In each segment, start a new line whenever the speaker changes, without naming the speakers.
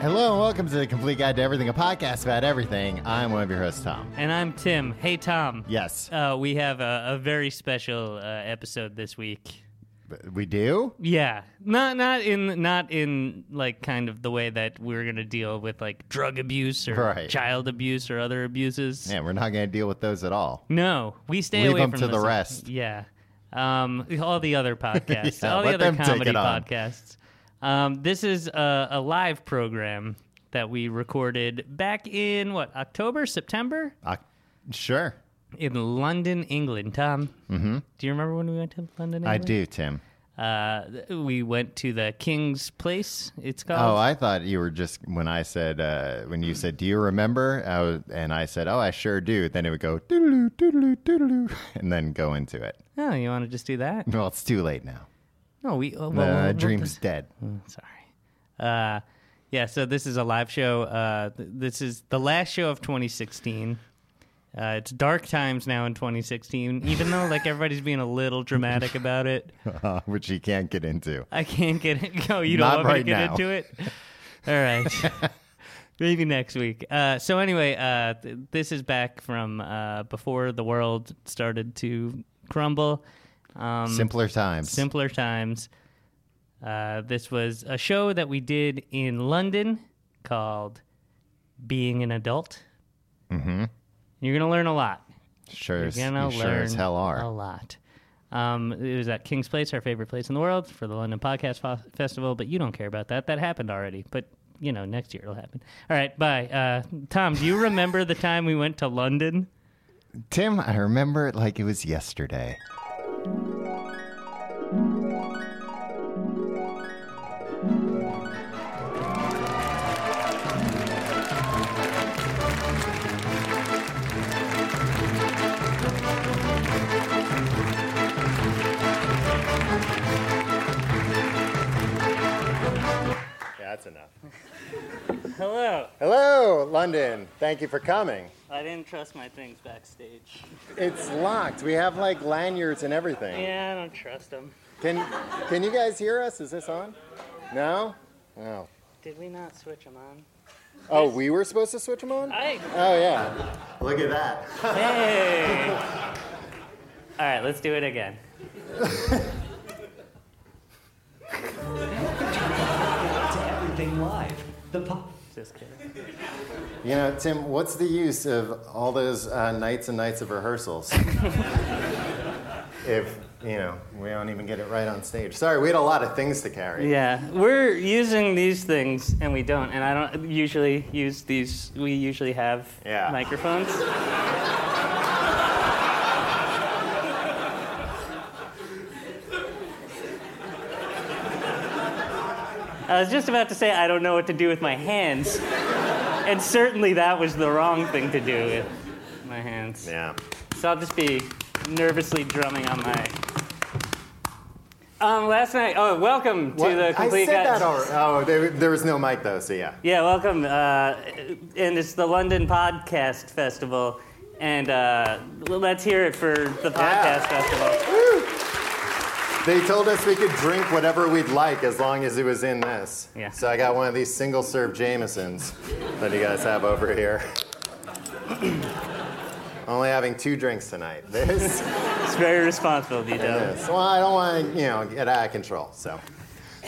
Hello and welcome to the Complete Guide to Everything, a podcast about everything. I'm one of your hosts, Tom.
And I'm Tim. Hey, Tom.
Yes,
Uh, we have a, a very special uh, episode this week.
but we do.
Yeah, not not in not in like kind of the way that we're gonna deal with like drug abuse or
Right.
child abuse or other abuses.
Man, we're not going to deal with those at all.
No, we stay
Leave
away
them
from
to
those
the
ones.
rest.
Yeah, um, all the other podcasts,
Yeah,
all the
let
other
them take
comedy
it on.
podcasts. Um, this is a, a live program that we recorded back in what October, September
Uh, sure,
in London, England. Tom, mm-hmm. do you remember when we went to London? England?
I do, Tim.
Uh, th- we went to the King's Place. It's
Oh,
called.
I thought you were just when I said uh, when you said, "Do you remember?" I was, and I said, "Oh, I sure do." Then it would go doodaloo, doodaloo, doodaloo, and then go into it.
Oh, you want to just do that?
Well, it's too late now.
No, we. Oh, well,
The
we'll- we'll-
dream's dead.
Sorry. Uh, yeah. So this is a live show. Uh, th- this is the last show of 2016. Uh, it's dark times now in 2016. Even though like everybody's being a little dramatic about it,
which you can't get into.
I can't get it. No, you don't
Not
want me
right
to get
now.
into it. All right. Maybe next week. Uh, so anyway, uh, th- this is back from uh, before the world started to crumble. Um,
Simpler times.
simpler times. Uh, this was a show that we did in London called "Being an Adult." Mm-hmm. You're gonna learn a lot.
sure,
You're
as-
gonna
you
learn
sure as hell are.
a lot. Um, it was at King's Place, our favorite place in the world, for the London Podcast Fo- Festival. But you don't care about that. That happened already. But you know, next year it'll happen. All right, bye. Uh, Tom, do you remember the time we went to London?
Tim, I remember it like it was yesterday. That's enough.
Hello.
Hello, London. Thank you for coming.
I didn't trust my things backstage.
It's locked. We have like lanyards and everything.
Yeah, I don't trust them.
Can can you guys hear us? Is this on? No? No.
Did we not switch them on?
Oh, we were supposed to switch them on?
Hey!
Oh yeah. Look at that.
All right, let's do it again.
Everything live. The po-
Just kidding.
You know, Tim, what's the use of all those uh, nights and nights of rehearsals? if you know, we don't even get it right on stage. Sorry, we had a lot of things to carry.
Yeah, we're using these things and we don't, and I don't usually use these. We usually have
Yeah.
microphones. I was just about to say I don't know what to do with my hands, and certainly that was the wrong thing to do with my hands.
Yeah.
So I'll just be nervously drumming on my. Um, last night. Oh, welcome to the complete.
I said
Guide-
that already. Oh, there, there was no mic though, so yeah.
Yeah, welcome. Uh, and it's the London Podcast Festival, and uh, let's hear it for the
Yeah.
podcast festival.
They told us we could drink whatever we'd like as long as it was in this.
Yeah.
So I got one of these single serve Jamesons that you guys have over here. Only having two drinks tonight. This
It's very responsible, of you
and
Dub.
this. Well, I don't want to, you know, get out of control. So,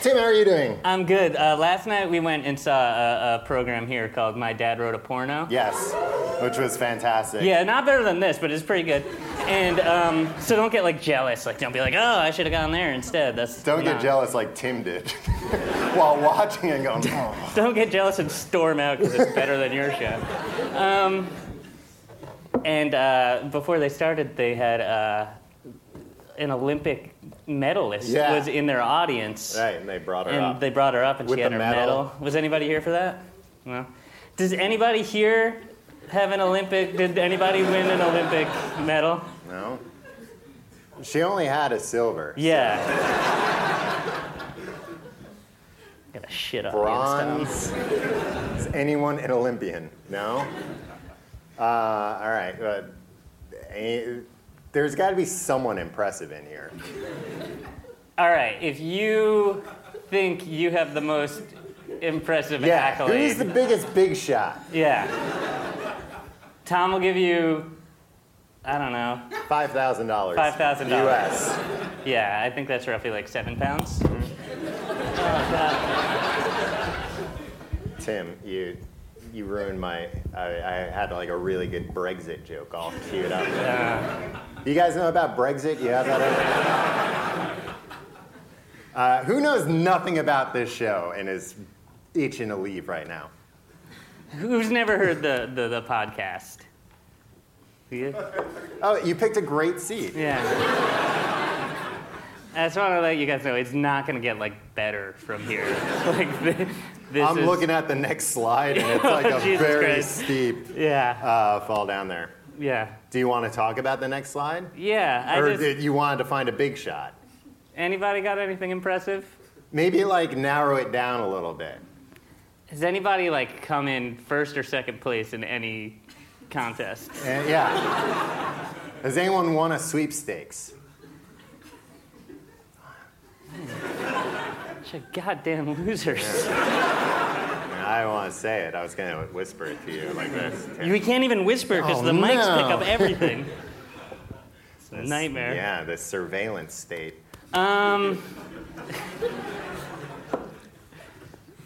Tim, how are you doing?
I'm good. Uh, last night we went and saw a, a program here called My Dad Wrote a Porno.
Yes, which was fantastic.
Yeah, not better than this, but it's pretty good. And um, so don't get like jealous. Like don't be like, oh, I should have gone there instead. That's
Don't
nah.
get jealous like Tim did while watching and going. Oh.
Don't get jealous and storm out because it's better than your show. Um, and uh, before they started, they had uh, an Olympic medalist
Yeah.
was in their audience.
Right, and they brought her
and
up.
they brought her up and
With
she had
the
her
medal.
medal. Was anybody here for that? No. Does anybody here have an Olympic? Did anybody win an Olympic medal?
no. She only had a silver.
Yeah. Got a shit on
Bronze. Is anyone an Olympian? No? Uh, all right. Uh, eh, there's got to be someone impressive in here.
All right. If you think you have the most impressive
Yeah.
accolade,
Who's the biggest big shot?
yeah. Tom will give you. I don't know.
$5,000.
$5,000.
US.
Yeah, I think that's roughly like seven pounds.
Mm-hmm. Tim, you you ruined my. I, I had like a really good Brexit joke all queued up. you guys know about Brexit? You have that? Over? Uh, who knows nothing about this show and is itching to leave right now?
Who's never heard the, the, the podcast? You?
Oh, you picked a great seat.
Yeah. I just want to let you guys know it's not going to get like better from here. Like th- this
I'm
is-
looking at the next slide and it's like a
Jesus
very
Christ.
steep
Yeah.
uh, fall down there.
yeah.
Do you want to talk about the next slide?
Yeah. I
or
just,
did you wanted to find a big shot?
anybody got anything impressive?
Maybe like narrow it down a little bit.
Has anybody like come in first or second place in any contest?
Uh, yeah. Has anyone won a sweepstakes?
Bunch of goddamn losers.
I don't want to say it. I was going to whisper it to you like this.
We can't even whisper because
Oh,
the mics
no.
pick up everything. it's a nightmare.
Yeah, the surveillance state.
Um.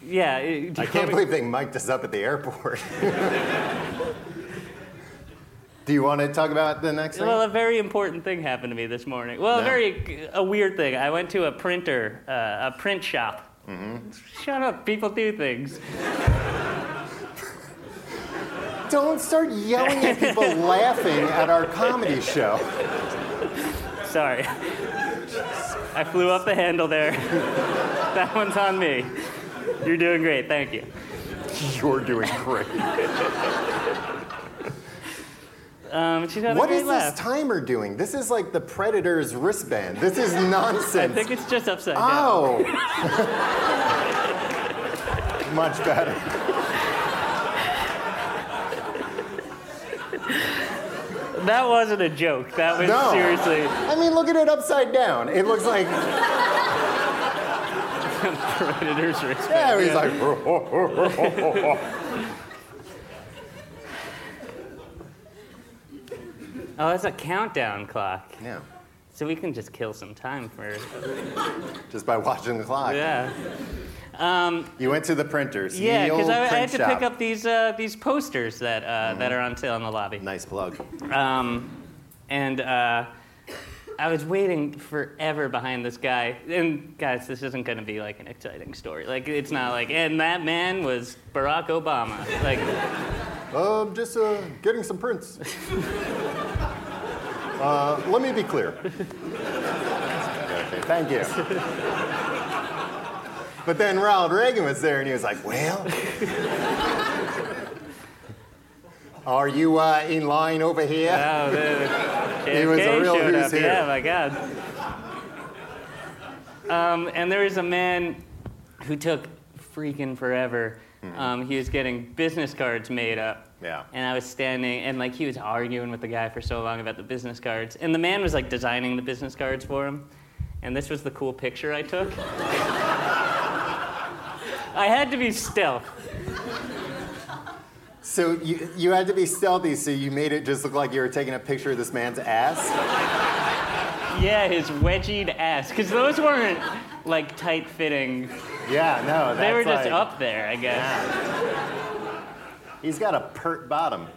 yeah. it- do you
I
want
can't
me-
believe they mic'd us up at the airport. Do you want to talk about the next thing?
Well, a very important thing happened to me this morning. Well, a
No.
very a weird thing. I went to a printer, uh, a print shop.
Mm-hmm.
Shut up! People do things.
Don't start yelling at people laughing at our comedy show.
Sorry. I flew up the handle there. that one's on me. You're doing great. Thank you.
You're doing great.
Um, she's got
What
a great
is
laugh.
this timer doing? This is like the Predator's wristband. This is nonsense.
I think it's just upside down.
Oh! Much better.
That wasn't a joke. That was
Oh. No.
seriously.
I mean, look at it upside down. It looks like,
Predator's wristband.
yeah, he's
Yeah.
like,
Oh, that's a countdown clock.
yeah,
So we can just kill some time for.
just by watching the clock.
Yeah.
You went to the printers.
Yeah,
the old
because I, I
print
had to
shop.
pick up these uh, these posters that uh, that are on sale in the lobby.
Nice plug.
Um, and uh, I was waiting forever behind this guy. And guys, this isn't going to be like an exciting story. Like it's not like, and that man was Barack Obama. Like
Um, just uh, getting some prints. uh, let me be clear. Thank you. But then Ronald Reagan was there, and he was like, "Well, are you uh, in line over here?"
oh, the
He was a
JFK
real
showed
who's
up.
who.
Yeah, my God. Um, and there is a man who took freaking forever.
Hmm.
Um, he was getting business cards made up.
Yeah.
And I was standing, and like he was arguing with the guy for so long about the business cards. And the man was like designing the business cards for him. And this was the cool picture I took. I had to be stealth.
So you, you had to be stealthy, so you made it just look like you were taking a picture of this man's ass.
Yeah, his wedgied ass. Because those weren't like tight fitting
Yeah, no, that's
They were just
like-
up there, I guess.
He's got a pert bottom,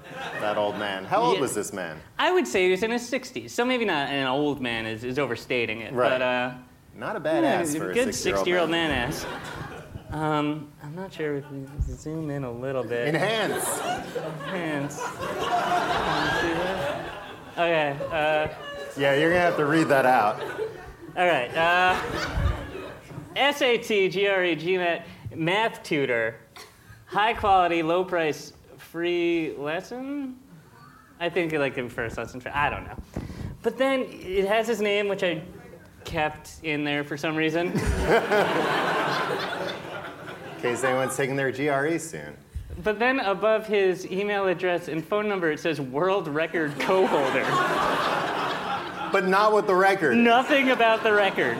that old man. How old
Yeah.
was this man?
I would say he was in his 60s, so maybe not an old man is, is overstating it.
Right.
But uh,
Not a
yeah,
badass
he's a
for a
good
60
year old man ass. Um, I'm not sure if we can zoom in a little bit.
Enhance.
Hands. Can you see that? Okay. Uh,
Yeah, you're gonna have to read that out.
All right. Uh, SAT, GRE, GMAT, math tutor, high quality, low price, free lesson. I think like the first lesson. fr- I don't know. But then it has his name, which I kept in there for some reason.
In case anyone's taking their GRE soon.
But then above his email address and phone number, it says world record co-holder.
But not with the record.
Nothing about the record.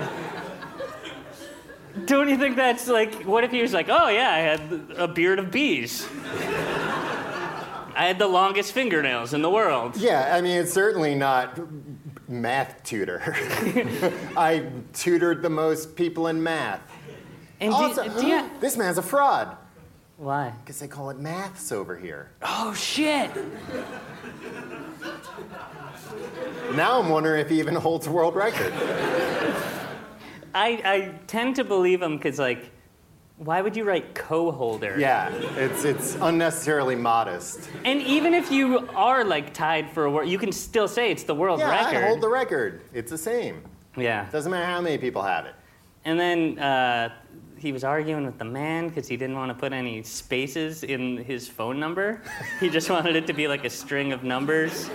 Don't you think that's like, what if he was like, oh yeah, I had a beard of bees? I had the longest fingernails in the world.
Yeah, I mean, it's certainly not math tutor. I tutored the most people in math.
And do-
Also,
do you-
this man's a fraud.
why?
Because they call it maths over here.
Oh shit!
Now I'm wondering if he even holds world record.
I, I tend to believe him because, like, why would you write co-holder?
Yeah, it's, it's unnecessarily modest.
And even if you are like tied for a world, you can still say it's the world
Yeah,
record.
I hold the record. It's the same.
yeah.
Doesn't matter how many people have it.
And then uh, he was arguing with the man because he didn't want to put any spaces in his phone number. he just wanted it to be like a string of numbers.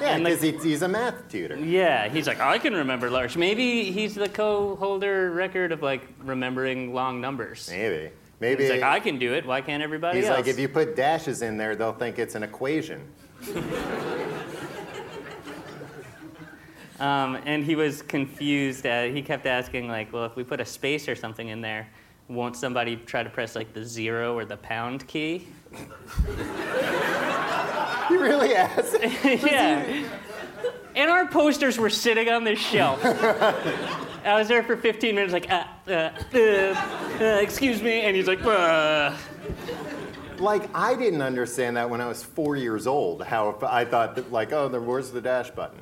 Yeah,
And Mm. the-
because he, he's a math tutor.
Yeah, he's like, I can remember large. Maybe he's the co-holder record of like remembering long numbers.
Maybe. Maybe.
He's like, I can do it. Why can't everybody
He's
else?
like, if you put dashes in there, they'll think it's an equation.
um, and he was confused. Uh, he kept asking like, well, if we put a space or something in there, won't somebody try to press like the zero or the pound key?
He really has.
yeah. And our posters were sitting on this shelf. I was there for 15 minutes, like, uh, uh, uh, uh, excuse me. And he's like, uh.
Like I didn't understand that when I was four years old. How if I thought that like, oh, there, where's the dash button?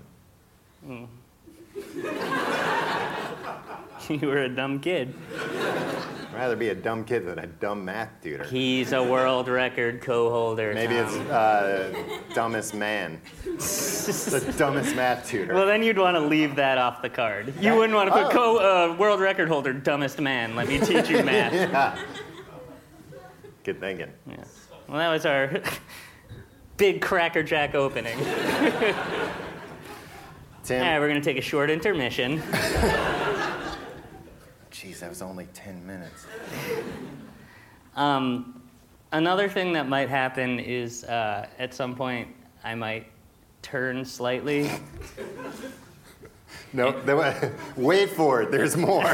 you were a dumb kid.
I'd rather be a dumb kid than a dumb math tutor.
He's a world record co holder.
Maybe it's uh, dumbest man, the dumbest math tutor.
Well, then you'd want to leave that off the card. You wouldn't want to
Oh.
put co uh, world record holder, dumbest man. Let me teach you math.
yeah. Good thinking.
Yeah. Well, that was our big Cracker Jack opening.
Tim,
All right, we're going to take a short intermission.
jeez, that was only ten minutes.
Um, another thing that might happen is uh, at some point I might turn slightly.
No, there wa- wait for it. There's more.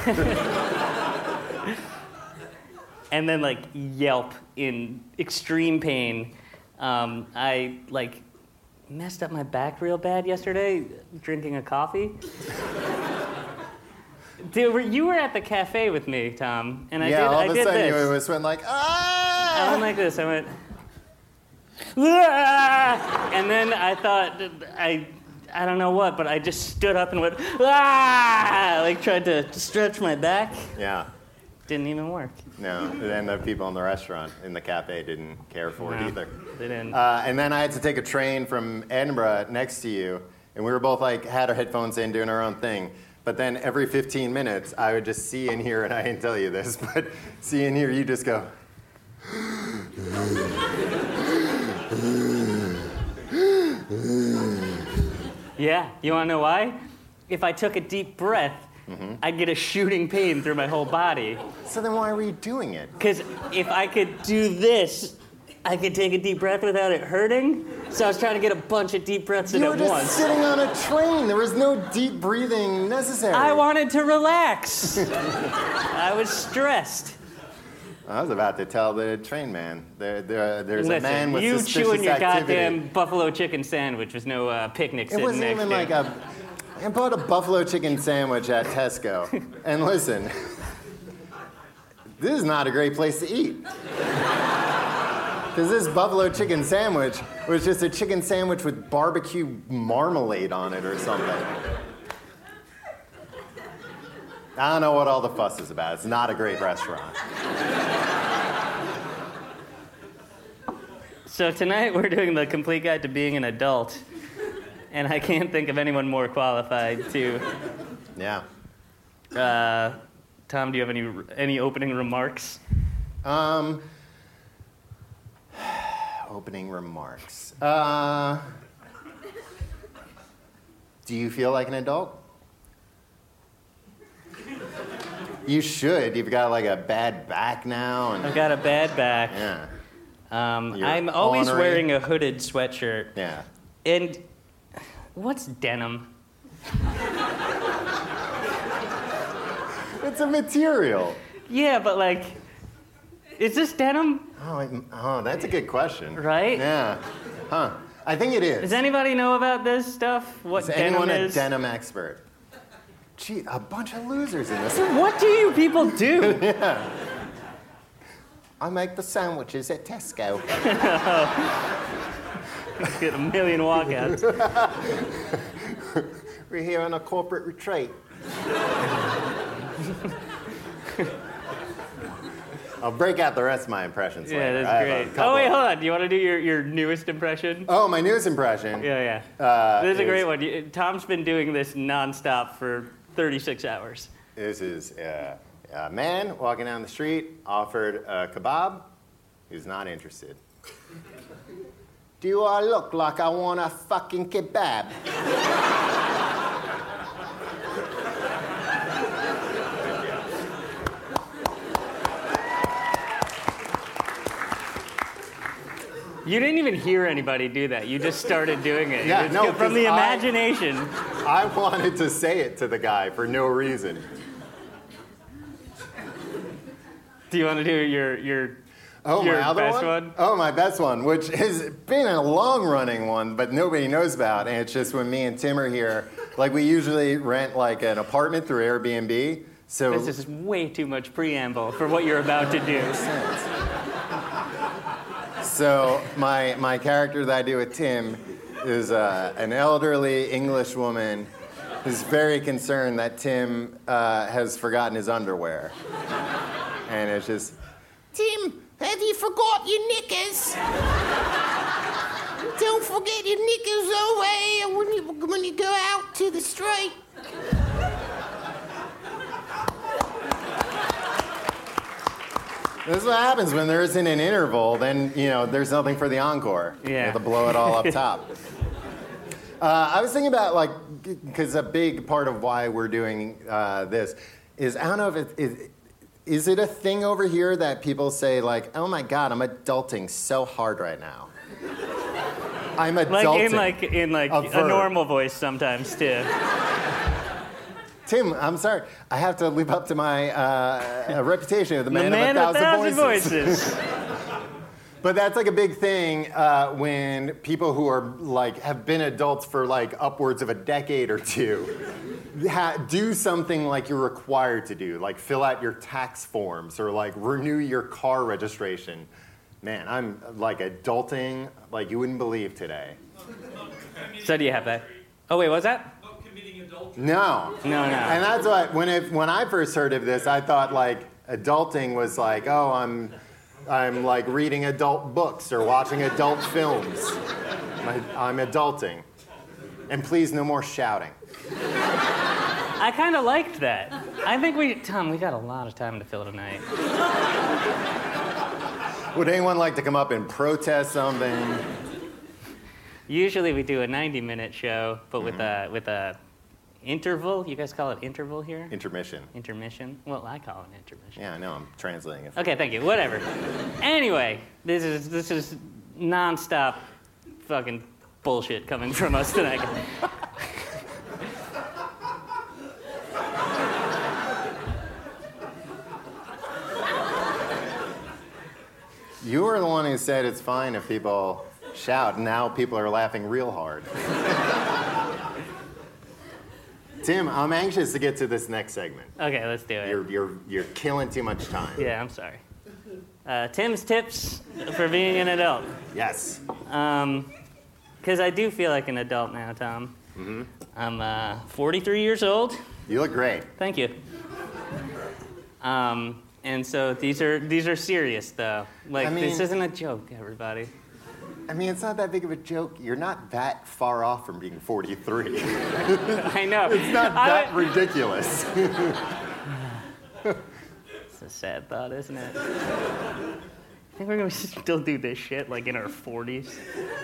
and then like yelp in extreme pain. Um, I like messed up my back real bad yesterday drinking a coffee. Dude, were, you were at the cafe with me, Tom, and I
yeah,
did.
all
I
of a
did
sudden
this. Oh
you was went like,
I
ah.
went like this. I went, "Ah!" and then I thought I, I don't know what, but I just stood up and went, "Ah!" like tried to stretch my back.
yeah.
Didn't even work.
No, and the people in the restaurant, in the cafe, didn't care for it
No,
either.
they didn't.
Uh, and then I had to take a train from Edinburgh next to you, and we were both like had our headphones in doing our own thing. But then every 15 minutes, I would just see in here, and I didn't tell you this, but see in here, you just go.
Yeah. You want to know why? If I took a deep breath,
Mm-hmm.
I'd get a shooting pain through my whole body.
So then why were you doing it?
Because if I could do this, I could take a deep breath without it hurting. So I was trying to get a bunch of deep breaths in
you
at
were just
once.
sitting on a train. There was no deep breathing necessary.
I wanted to relax. I was stressed.
I was about to tell the train man there, there, there's a
Listen,
man with
you
suspicious
chewing your
activity.
goddamn buffalo chicken sandwich was no uh, picnic
It
sitting
wasn't
next
even
to.
like
you.
a. I bought a buffalo chicken sandwich at Tesco. And listen, this is not a great place to eat. Because this buffalo chicken sandwich was just a chicken sandwich with barbecue marmalade on it or something. I don't know what all the fuss is about. It's not a great restaurant.
So tonight we're doing the complete guide to being an adult, and I can't think of anyone more qualified to
Yeah.
Uh, Tom, do you have any any opening remarks?
Um, opening remarks. Uh, do you feel like an adult? You should. You've got like a bad back now, and
I've got a bad back.
yeah,
Um,
You're
I'm always
ornery.
wearing a hooded sweatshirt.
yeah.
And what's denim?
It's a material.
Yeah, but like, is this denim?
Oh, I, oh, that's a good question.
Right?
Yeah. Huh. I think it is.
Does anybody know about this stuff? What
Is
denim
anyone
is?
a denim expert? Gee, a bunch of losers in this.
what do you people do?
I make the sandwiches at Tesco.
Get a million walkouts.
We're here on a corporate retreat. I'll break out the rest of my impressions
Yeah,
later. I
that's
have a
great.
couple.
Oh wait, hold on. Do you want to do your, your newest impression?
Oh, my newest impression.
Yeah, yeah.
Uh,
this is a great
is-
one. You- Tom's been doing this nonstop for 36 hours.
This is uh, a man walking down the street, offered a kebab. He's not interested. Do I look like I want a fucking kebab?
You didn't even hear anybody do that. You just started doing it.
Yeah,
It's
no,
from the
'cause I-
imagination.
I wanted to say it to the guy for no reason.
Do you want to do your your
Oh,
your
my other
best one?
Oh, my best one, which has been a long running one, but nobody knows about. And it's just when me and Tim are here, like we usually rent like an apartment through Airbnb. So
This is way too much preamble for what you're about to do.
So my my character that I do with Tim is uh, an elderly English woman who's very concerned that Tim uh, has forgotten his underwear, and it's just Tim, have you forgot your knickers? Don't forget your knickers away when you when you go out to the street. This is what happens when there isn't an interval. Then you know there's nothing for the encore. You
Yeah.
have to blow it all up top. Uh, I was thinking about like because a big part of why we're doing uh, this is I don't know if it is. Is it a thing over here that people say like, "Oh my God, I'm adulting so hard right now." I'm adulting.
Like in like in like
A
a,
verb.
normal voice sometimes too.
Tim, I'm sorry. I have to live up to my uh, reputation of the man,
the man
of
of thousand voices.
But that's like a big thing uh, when people who are like have been adults for like upwards of a decade or two ha- do something like you're required to do, like fill out your tax forms or like renew your car registration. Man, I'm like adulting like you wouldn't believe today.
so do you have that? Oh wait, was that?
No.
No, no.
And that's what when it, when I first heard of this, I thought like adulting was like, oh, I'm I'm like reading adult books or watching adult films. I, I'm adulting. And please, no more shouting.
I kind of liked that. I think we, Tom, we got a lot of time to fill tonight.
Would anyone like to come up and protest something?
Usually we do a 90-minute show, but with a with a interval. You guys call it interval here?
Intermission.
intermission. Well, I call it an intermission.
Yeah, I know. I'm translating it.
Okay, thank you. Whatever. anyway, this is this is nonstop fucking bullshit coming from us tonight.
You were the one who said it's fine if people shout. Now people are laughing real hard. Tim, I'm anxious to get to this next segment.
okay, let's do it.
You're, you're, you're killing too much time.
Yeah, I'm sorry. Uh, Tim's tips for being an adult.
Yes.
Because Um, I do feel like an adult now, Tom. I'm uh, 43 years old.
You look great.
Thank you. Um, and so these are these are serious though. Like
I
this
mean-
isn't a joke, everybody.
I mean, it's not that big of a joke. You're not that far off from being 43. It's
I know. It's
not that ridiculous.
It's a sad thought, isn't it? I think we're gonna still do this shit like in our 40s.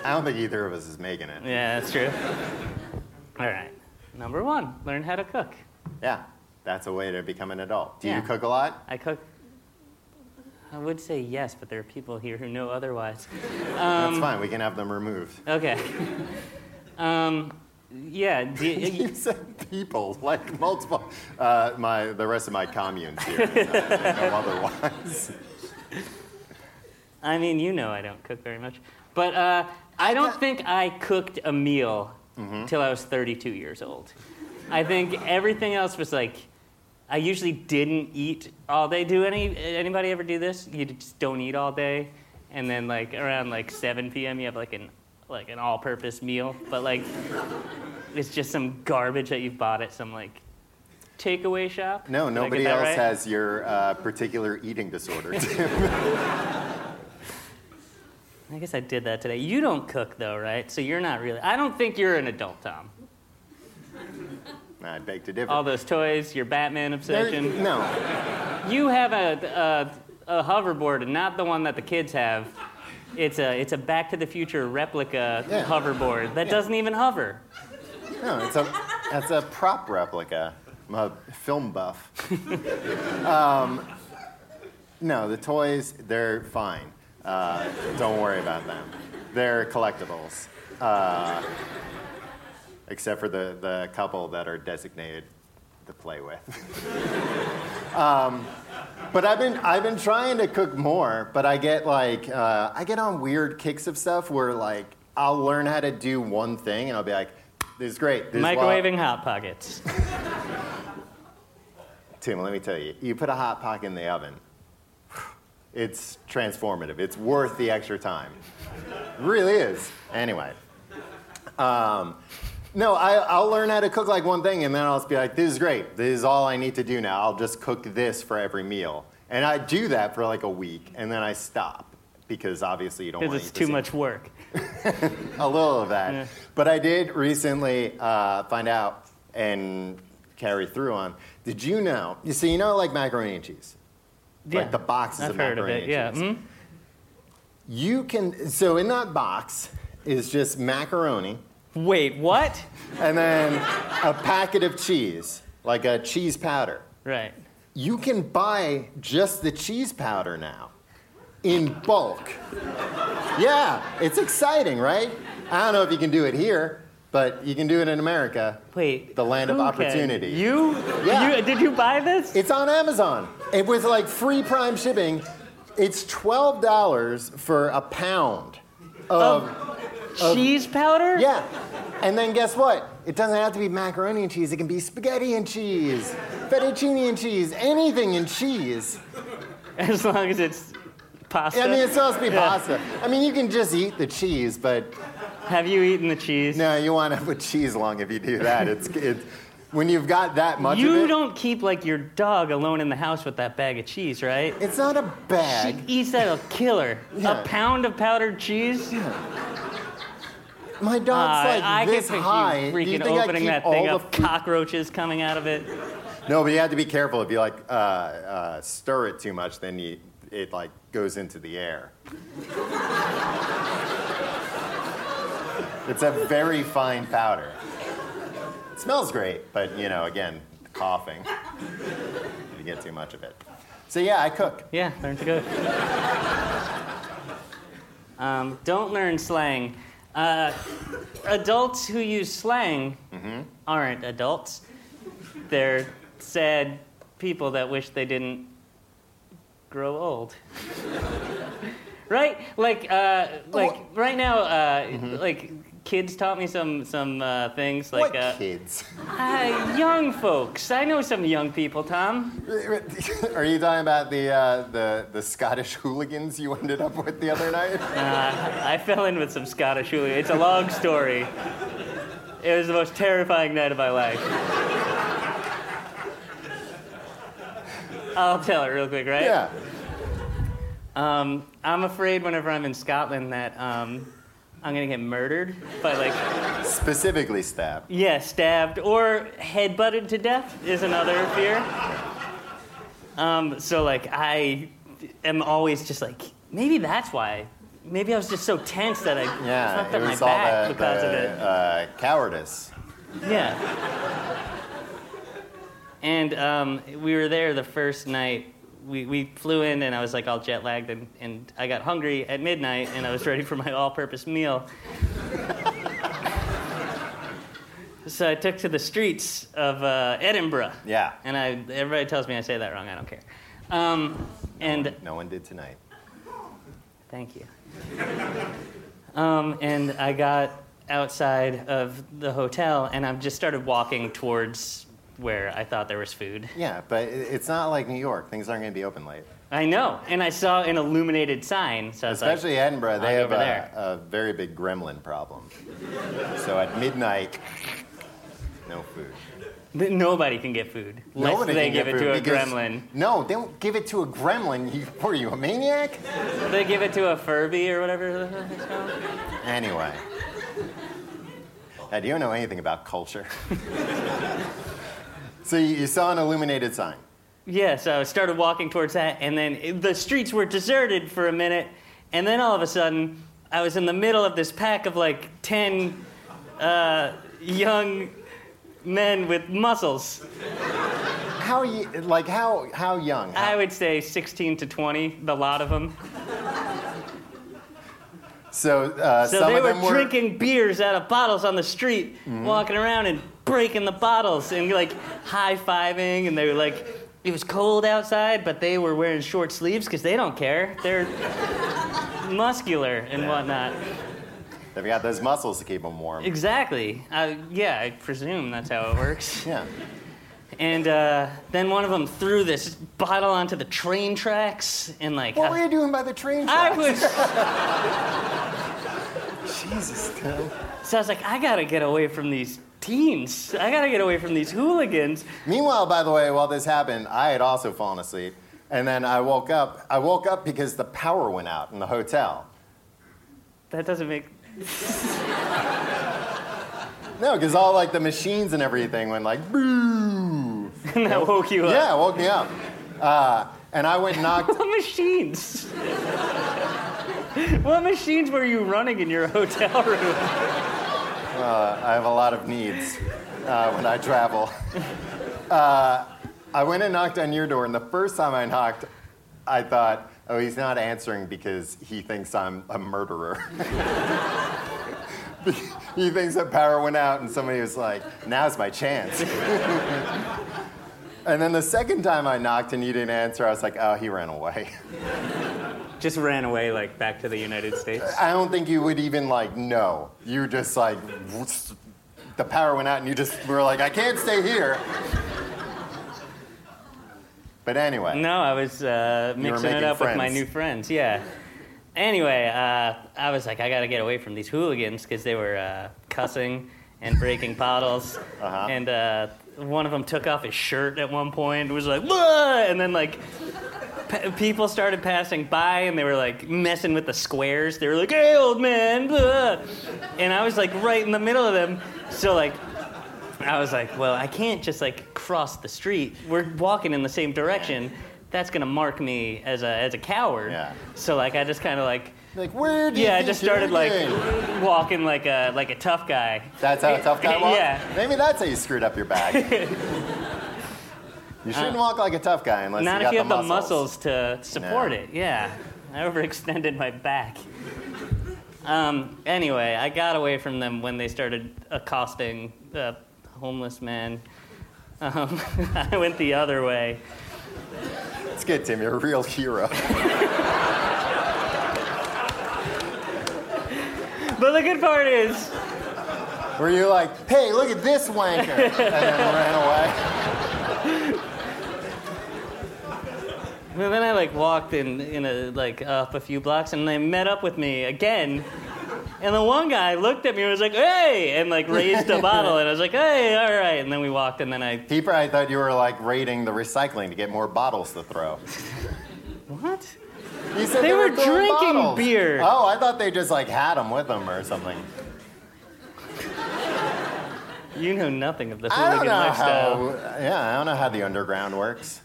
I don't think either of us is making it.
Yeah, that's true. All right. Number one, learn how to cook.
Yeah, that's a way to become an adult. Do
Yeah.
you cook a lot?
I cook. I would say yes, but there are people here who know otherwise. Um,
that's fine. We can have them removed.
Okay. um, yeah. Do
You said people, like multiple. Uh, my the rest of my communes here. so no otherwise.
I mean, you know I don't cook very much, but uh, I don't think I cooked a meal
Mm-hmm.
till I was 32 years old. I think everything else was like, I usually didn't eat all day. Do any anybody ever do this? You just don't eat all day, and then like around like 7 p.m. you have like an like an all-purpose meal, but like it's just some garbage that you bought at some like takeaway shop.
No,
Did I get
nobody
that
else
right?
has your uh, particular eating disorder.
I guess I did that today. You don't cook though, right? So you're not really. I don't think you're an adult, Tom.
I beg to differ.
All those toys, your Batman
There-
obsession.
no,
You have a, a, a hoverboard, and not the one that the kids have. It's a it's a Back to the Future replica
Yeah.
hoverboard that doesn't even hover.
no, it's a that's a prop replica. I'm a film buff. um, no, the toys they're fine. Uh, don't worry about them. They're collectibles, uh, except for the the couple that are designated to play with. Um, But I've been I've been trying to cook more, but I get like uh, I get on weird kicks of stuff where like I'll learn how to do one thing and I'll be like, this is great. This is what-
Microwaving hot pockets.
Tim, let me tell you, you put a hot pocket in the oven. It's transformative. It's worth the extra time. It really is. Anyway. Um, no, I, I'll learn how to cook like one thing, and then I'll just be like, this is great. This is all I need to do now. I'll just cook this for every meal. And I do that for like a week, and then I stop because obviously you don't
Because
want
it's too much work.
a little of that.
Yeah.
But I did recently uh, find out and carry through on. Did you know? You see, you know, like macaroni and cheese,
Yeah.
like the boxes
I've
of
heard of
macaroni
it. Yeah. Mm-hmm.
and cheese.
Mm?
You can. So in that box is just macaroni
Hmm? Wait, what?
and then a packet of cheese, like a cheese powder.
Right.
You can buy just the cheese powder now in bulk. Yeah, it's exciting, right? I don't know if you can do it here, but you can do it in America.
Wait.
The land of
who can-
opportunity.
You?
Yeah.
you? Did you buy this?
It's on Amazon. It was like free prime shipping. It's $12 for a pound of
Cheese powder?
yeah. And then guess what? It doesn't have to be macaroni and cheese. It can be spaghetti and cheese, fettuccine and cheese, anything in cheese.
As long as it's pasta.
I mean, it's supposed to be
Yeah.
pasta. I mean, you can just eat the cheese, but
Have you eaten the cheese?
no, you wind up with cheese long if you do that. It's, it's when you've got that much of
You
it.
don't keep like your dog alone in the house with that bag of cheese, right?
It's not a bag.
She eats that will kill her.
Yeah.
A pound of powdered cheese?
My dog's
Uh,
like
I
this
could
high.
picture
do you
you freaking
think I
opening
keep
that
all
thing
the
up, cockroaches coming out of it.
No, but you have to be careful. If you like uh, uh, stir it too much, then you, it like goes into the air. it's a very fine powder. It smells great, but you know, again, coughing. If you get too much of it. So yeah, I cook.
Yeah, learn to go. um, don't learn slang. Uh, adults who use slang
Mm-hmm.
aren't adults. They're sad people that wish they didn't grow old. right? Like, uh, like right now, uh, like kids taught me some some uh, things like
Mm-hmm. What
uh,
kids?
uh, young folks. I know some young people, Tom.
Are you talking about the, uh, the the Scottish hooligans you ended up with the other night?
I fell in with some Scottish hooligans. It's a long story. It was the most terrifying night of my life. I'll tell it real quick, right?
Yeah.
Um, I'm afraid whenever I'm in Scotland that um, I'm gonna get murdered by like
Specifically stabbed.
yeah stabbed or head butted to death is another fear. Um, so like I am always just like maybe that's why. Maybe I was just so tense that I
Yeah,
fucked
it
up my
was all
back
the,
because of it.
the, uh, cowardice.
Yeah. And um, we were there the first night. We, we flew in, and I was like all jet lagged, and, and I got hungry at midnight, and I was ready for my all purpose meal. so I took to the streets of uh, Edinburgh.
Yeah.
And I, everybody tells me I say that wrong. I don't care. Um, and
No one did tonight.
Thank you. Um, and I got outside of the hotel, and I just started walking towards where I thought there was food.
Yeah, but i- it's not like New York. Things aren't going to be open late.
I know, and I saw an illuminated sign, so I was
Especially Edinburgh, they
I'll
have
go over there.
a, a very big gremlin problem. so at midnight, no food.
like, "Nobody can get food. Unless
Nobody
they
can
give
get
it to
food
a
because-
gremlin.
No, they don't give it to a gremlin. You, what are you, a maniac?
They give it to a Furby or whatever the fuck it's called."
Anyway. Now, do you know anything about culture? so you, you saw an illuminated sign.
Yeah, so I started walking towards that, and then it- the streets were deserted for a minute, and then all of a sudden, I was in the middle of this pack of like 10 uh, young men with muscles.
How you, like how how young? How-
I would say 16 to 20, the lot of them.
so uh,
So
some
they
of
were
them Mm-hmm.
drinking beers out of bottles on the street, walking around and breaking the bottles and like high fiving, and they were like, it was cold outside, but they were wearing short sleeves because they don't care. They're muscular and whatnot.
They've got those muscles to keep them warm.
Exactly. Uh, yeah, I presume that's how it works.
Yeah.
And uh, then one of them threw this bottle onto the train tracks, and like
What
I-
were you doing by the train
I
tracks?
was,
Jesus, Tim.
so I was like, I gotta get away from these teens. I gotta get away from these hooligans.
Meanwhile, by the way, while this happened, I had also fallen asleep, and then I woke up. I woke up because the power went out in the hotel.
That doesn't make.
No, because all like the machines and everything went like boo.
and that woke you up.
Yeah, it woke me up, uh, and I went and knocked.
What machines? what machines were you running in your hotel room?
I have a lot of needs uh, when I travel. Uh, I went and knocked on your door, and the first time I knocked, I thought, oh, he's not answering because he thinks I'm a murderer. he thinks that power went out, and somebody was like, now's my chance. and then the second time I knocked and you didn't answer, I was like, oh, he ran away.
Just ran away, like back to the United States.
I don't think you would even like know. You just like the power went out, and you just were like, I can't stay here. But anyway,
No, I was uh,
were
mixing it
making
up with my
friends.
new friends. Yeah. Anyway, uh, I was like, I gotta get away from these hooligans because they were uh, cussing and breaking bottles.
Uh-huh.
And uh, one of them took off his shirt at one point and was like, "Wah!" and then like. p- People started passing by and they were like messing with the squares. They were like, "Hey, old man!" blah." And I was like right in the middle of them, so like I was like, well, I can't just like cross the street. We're walking in the same direction. That's gonna mark me as a as a coward.
Yeah.
So like, I just kind of like,
like where do you?
yeah, I
think
just
you're
started like
going?
walking like a like a tough guy.
That's how a tough guy walks.
Yeah.
Maybe that's how you screwed up your bag. you shouldn't walk like a tough guy unless
Uh, Not
you
if
got
you have
the
the muscles, to support
No.
it. Yeah. I overextended my back. Um, anyway, I got away from them when they started accosting the homeless man. Um, I went the other way.
It's good, Tim. You're a real hero.
But the good part is,
Where you're like, hey, look at this wanker, and then ran away.
And then I like walked in, in a, like up a few blocks, and they met up with me again. And the one guy looked at me and was like, "Hey!" and like raised a bottle, and I was like, "Hey, all right." And then we walked, and then I
He probably thought you were like raiding the recycling to get more bottles to throw.
what?
You said
They were
throwing
drinking
bottles.
beer.
Oh, I thought they just like had them with them or something.
You know nothing of the
I
hooligan
don't know
lifestyle.
how. Yeah, I don't know how the underground works.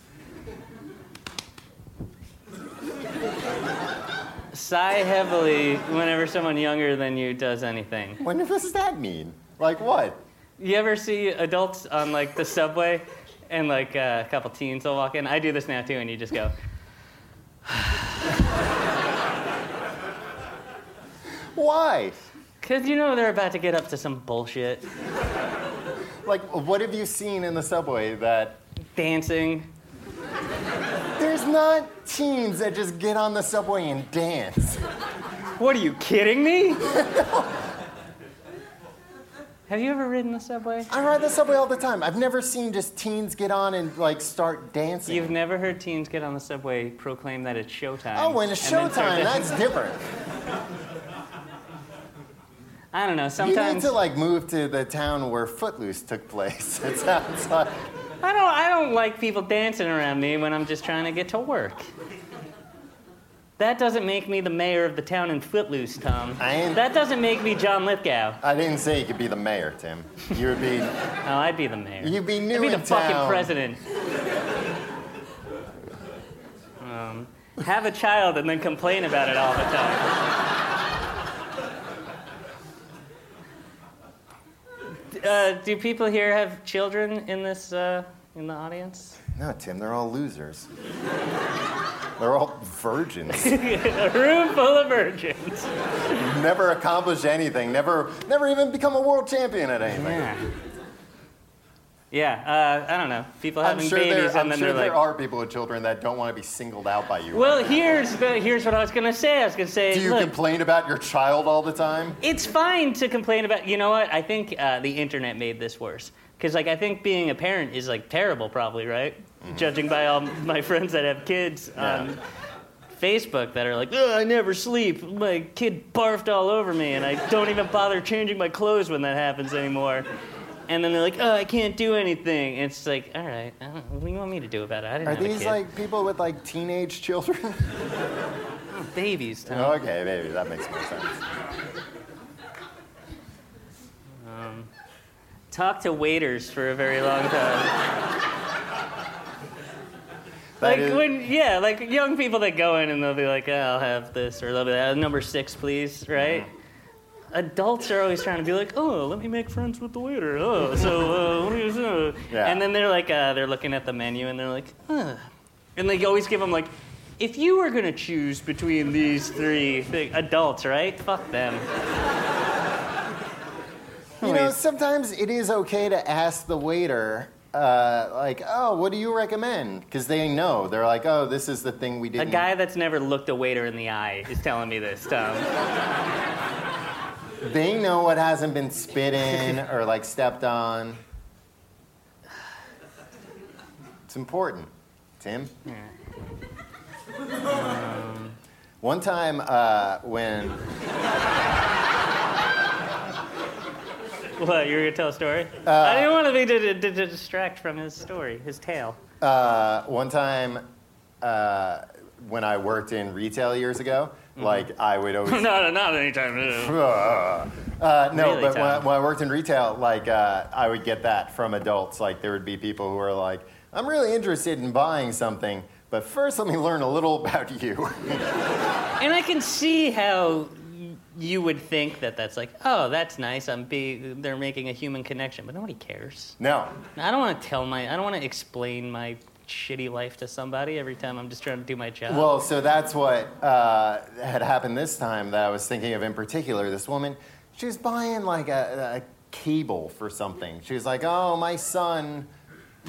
Sigh heavily whenever someone younger than you does anything.
What does that mean? Like what?
You ever see adults on like the subway, and like uh, a couple teens will walk in? I do this now too, and you just go.
Why?
Because you know they're about to get up to some bullshit.
Like what have you seen in the subway that
Dancing.
there's not teens that just get on the subway and dance?
What are you kidding me? Have you ever ridden the subway?
I ride the subway all the time. I've never seen just teens get on and like start dancing.
You've never heard teens get on the subway proclaim that it's showtime.
oh, when it's
and then start
showtime,
dancing.
that's different.
I don't know.
You need
Sometimes
to like move to the town where Footloose took place. It sounds like
I don't. I don't like people dancing around me when I'm just trying to get to work. That doesn't make me the mayor of the town in Footloose, Tom.
I ain't-
That doesn't make me John Lithgow.
I didn't say you could be the mayor, Tim. You would be
Oh, I'd be the mayor.
you'd be new
I'd be
in
the fucking
town.
president. Um, have a child and then complain about it all the time. Uh, do people here have children in this uh, in the audience?
No, Tim, they're all losers. they're all virgins.
a room full of virgins.
never accomplished anything. Never, never even become a world champion at anything.
Yeah. Yeah. Uh, I don't know. People
I'm
having
sure,
babies
there,
and
I'm
then
sure
they're like,
there are people with children that don't want to be singled out by you.
well, here's the here's what I was gonna say. I was gonna say,
Do you
look,
complain about your child all the time?
it's fine to complain about you know what i think uh, the internet made this worse because like i think being a parent is like terrible probably right
Mm-hmm.
judging by all my friends that have kids on facebook that are like Ugh, i never sleep my kid barfed all over me and i don't even bother changing my clothes when that happens anymore and then they're like oh i can't do anything and it's like all right I don't, what do you want me to do about it i didn't
Are
have a
these
kid.
like people with like teenage children?
babies Tom.
okay, maybe that makes more sense.
talk to waiters for a very long time
That
like
is-
when yeah, like young people that go in and they'll be like, "Oh, I'll have this or they'll be like, "Uh, number six, please, right? Adults are always trying to be like, "Oh, let me make friends with the waiter." Oh, so uh, what do you say?
Yeah.
And then they're like, uh, they're looking at the menu and they're like, "Huh," and they always give them like, "If you were gonna choose between these three thing, adults, right? Fuck them."
You know, sometimes it is okay to ask the waiter, uh, like, oh, what do you recommend? Because they know. They're like, oh, this is the thing we
A
didn't.
guy that's never looked a waiter in the eye is telling me this, Tom.
They know what hasn't been spit in or like stepped on. It's important, Tim. One time uh, when
What, you were gonna tell a story?
Uh,
I didn't want to be to, to, to distract from his story, his tale.
Uh, one time uh, when I worked in retail years ago,
Mm-hmm.
like I would always.
no, no, not anytime. no.
Uh, no,
Really
but when I,
tough.
when I worked in retail, like uh, I would get that from adults. Like there would be people who are like, "I'm really interested in buying something, but first let me learn a little about you."
And I can see how y- you would think that that's like, oh, that's nice. I'm be- they're making a human connection, but nobody cares.
no,
I don't want to tell my, I don't want to explain my shitty life to somebody every time I'm just trying to do my job.
Well, so that's what uh, had happened this time that I was thinking of in particular. This woman, she was buying like a, a cable for something. She was like, "Oh, my son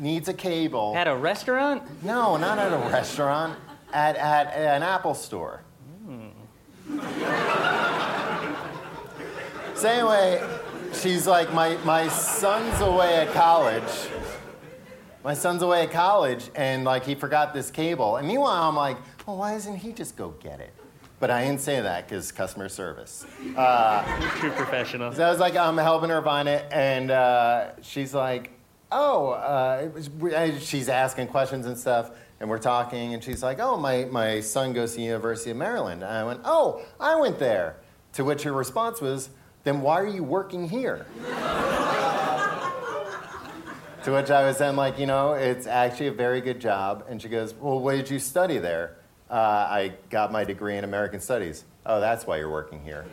needs a cable."
At a restaurant,
no, not at a restaurant. At at an Apple store. so anyway, she's like, "My my son's away at college." my son's away at college and like he forgot this cable. And meanwhile, I'm like, well, why doesn't he just go get it? But I didn't say that because customer service.
true professional.
So I was like, I'm helping her find it, and uh, she's like, oh, uh, it was, we, I, she's asking questions and stuff, and we're talking, and she's like, oh, my, my son goes to University of Maryland. And I went, oh, I went there. To which her response was, then why are you working here? to which I was then like, you know, it's actually a very good job. And she goes, well, what did you study there? Uh, I got my degree in American Studies. Oh, that's why you're working here.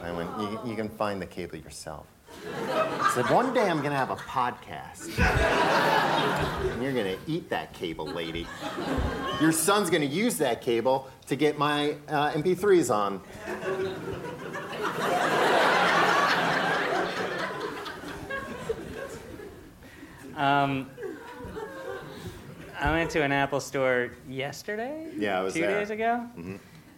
I went, you, you can find the cable yourself. I said, one day I'm gonna have a podcast. and you're gonna eat that cable, lady. Your son's gonna use that cable to get my uh, MP3s on.
I went to an Apple store yesterday.
Yeah, I was
two
there. Mm-hmm.
days ago.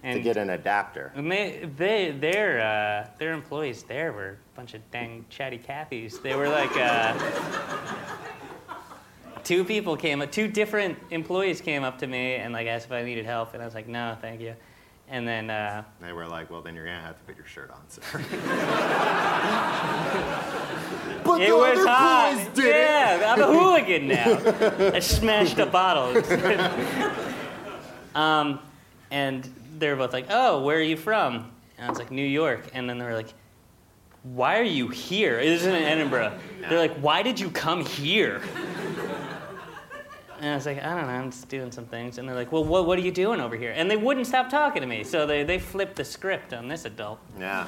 And
To get an adapter.
and they, they, their, uh, their employees there were a bunch of dang chatty Cathys. They were like, uh, two people came, up- two different employees came up to me and like asked if I needed help, and I was like, no, thank you. And then uh,
They were like, well, then you're gonna have to put your shirt on, sir. but
it
the
was
other
hot.
boys did it.
yeah, I'm a hooligan now. I smashed a bottle. um, and they were both like, "Oh, where are you from?" And I was like, "New York." And then they were like, "Why are you here? It isn't in Edinburgh." They're like, "Why did you come here?" And I was like, I don't know, I'm just doing some things. And they're like, well, what, what are you doing over here? And they wouldn't stop talking to me. So they, they flipped the script on this adult.
Yeah.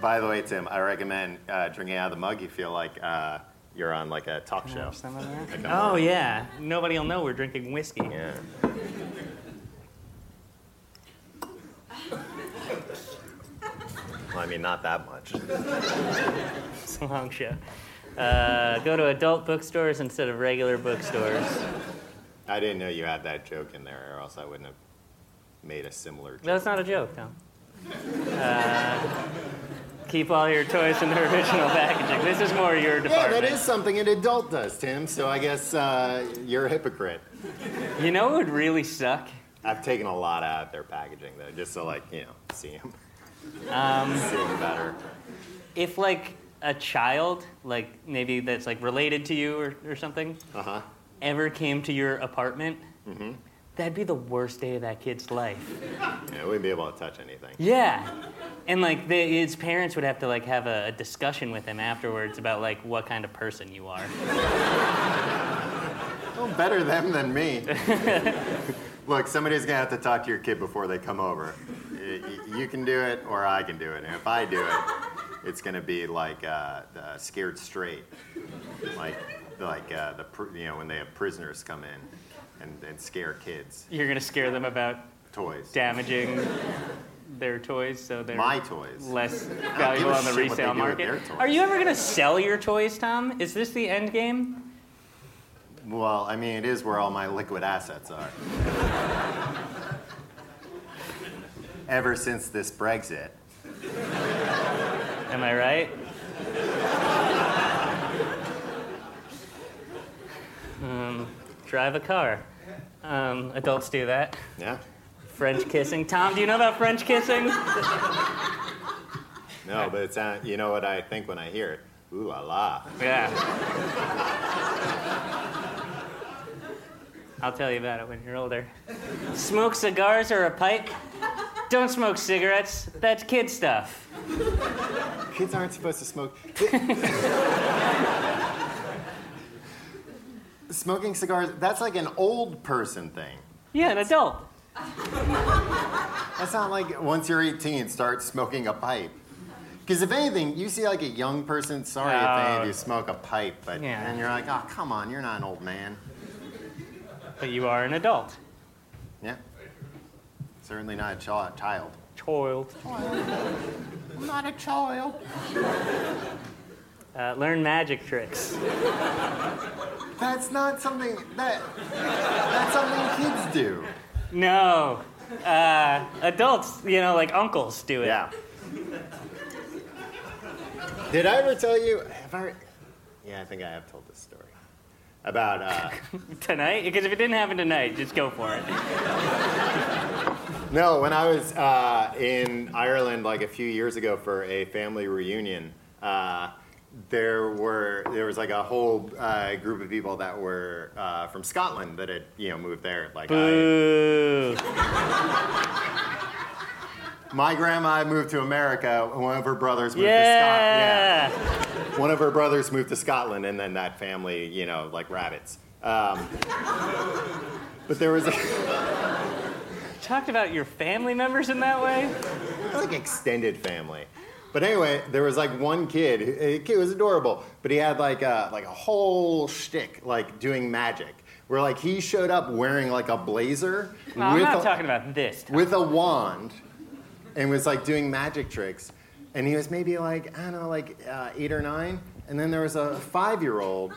By the way, Tim, I recommend uh, drinking out of the mug. You feel like uh, you're on like a talk show.
Some of that.
Like a
Oh,
mug.
yeah. Nobody will know we're drinking whiskey.
Yeah. well, I mean, not that much.
It's a long show. Uh, go to adult bookstores instead of regular bookstores.
I didn't know you had that joke in there, or else I wouldn't have made a similar joke.
That's not a joke, Tom. Uh, keep all your toys in their original packaging. This is more your
Yeah,
department.
that is something an adult does, Tim. So I guess uh, you're a hypocrite.
You know what would really suck?
I've taken a lot out of their packaging though, just so like you know, see them, see them better.
If, like, a child, like, maybe that's, like, related to you or, or something,
Uh huh.
ever came to your apartment,
Mm-hmm.
that'd be the worst day of that kid's life.
Yeah, we wouldn't be able to touch anything.
Yeah. And like the, his parents would have to like have a, a discussion with him afterwards about like what kind of person you are.
Oh, better them than me. Look, somebody's gonna have to talk to your kid before they come over. Y- y- You can do it, or I can do it. And if I do it, it's gonna be like uh, uh, scared straight, like like uh, the pr- you know when they have prisoners come in and, and scare kids
You're gonna scare them about
toys.
damaging their toys so they're
My toys.
less
a
valuable on the
shit what they do
resale
with
market.
their toys.
Are you ever gonna sell your toys, Tom? Is this the end game?
Well, I mean, it is where all my liquid assets are. Ever since this Brexit,
Am I right? um, drive a car. Um, adults do that.
yeah,
French kissing. Tom, do you know about French kissing?
no, but it's uh, you know what I think when I hear it. Ooh la la.
Yeah. I'll tell you about it when you're older. Smoke cigars or a pipe? Don't smoke cigarettes. That's kid stuff.
Kids aren't supposed to smoke. Smoking cigars, that's like an old person thing.
Yeah, an adult.
That's not like once you're 18, start smoking a pipe. Because if anything, you see like a young person, sorry if
Oh.
they you smoke a pipe, but
Yeah.
then you're like, oh, come on, you're not an old man.
But you are an adult.
Yeah. Certainly not a chi- child.
Child.
I'm not a child.
Uh, learn magic tricks.
That's not something that that's something kids do.
No. Uh, adults, you know, like uncles do it.
Did I ever tell you? Have I? Yeah, I think I have told this story about uh,
Tonight? Because if it didn't happen tonight, just go for it.
No, when I was uh, in Ireland like a few years ago for a family reunion, uh, there were there was like a whole uh, group of people that were uh, from Scotland that had you know moved there. Like
Boo.
I, my grandma moved to America. and One of her brothers moved to
Yeah.
Scotland. Yeah, one of her brothers moved to Scotland, and then that family you know like rabbits. Um, but there was a,
Talked about your family members in that way.
like extended family. But anyway, there was like one kid. who- The kid was adorable, but he had like a like a whole shtick, like doing magic. Where like he showed up wearing like a blazer
No, I'm
with
not
a,
talking about this.
with a wand, and was like doing magic tricks. And he was maybe like I don't know, like uh, eight or nine. And then there was a five year old,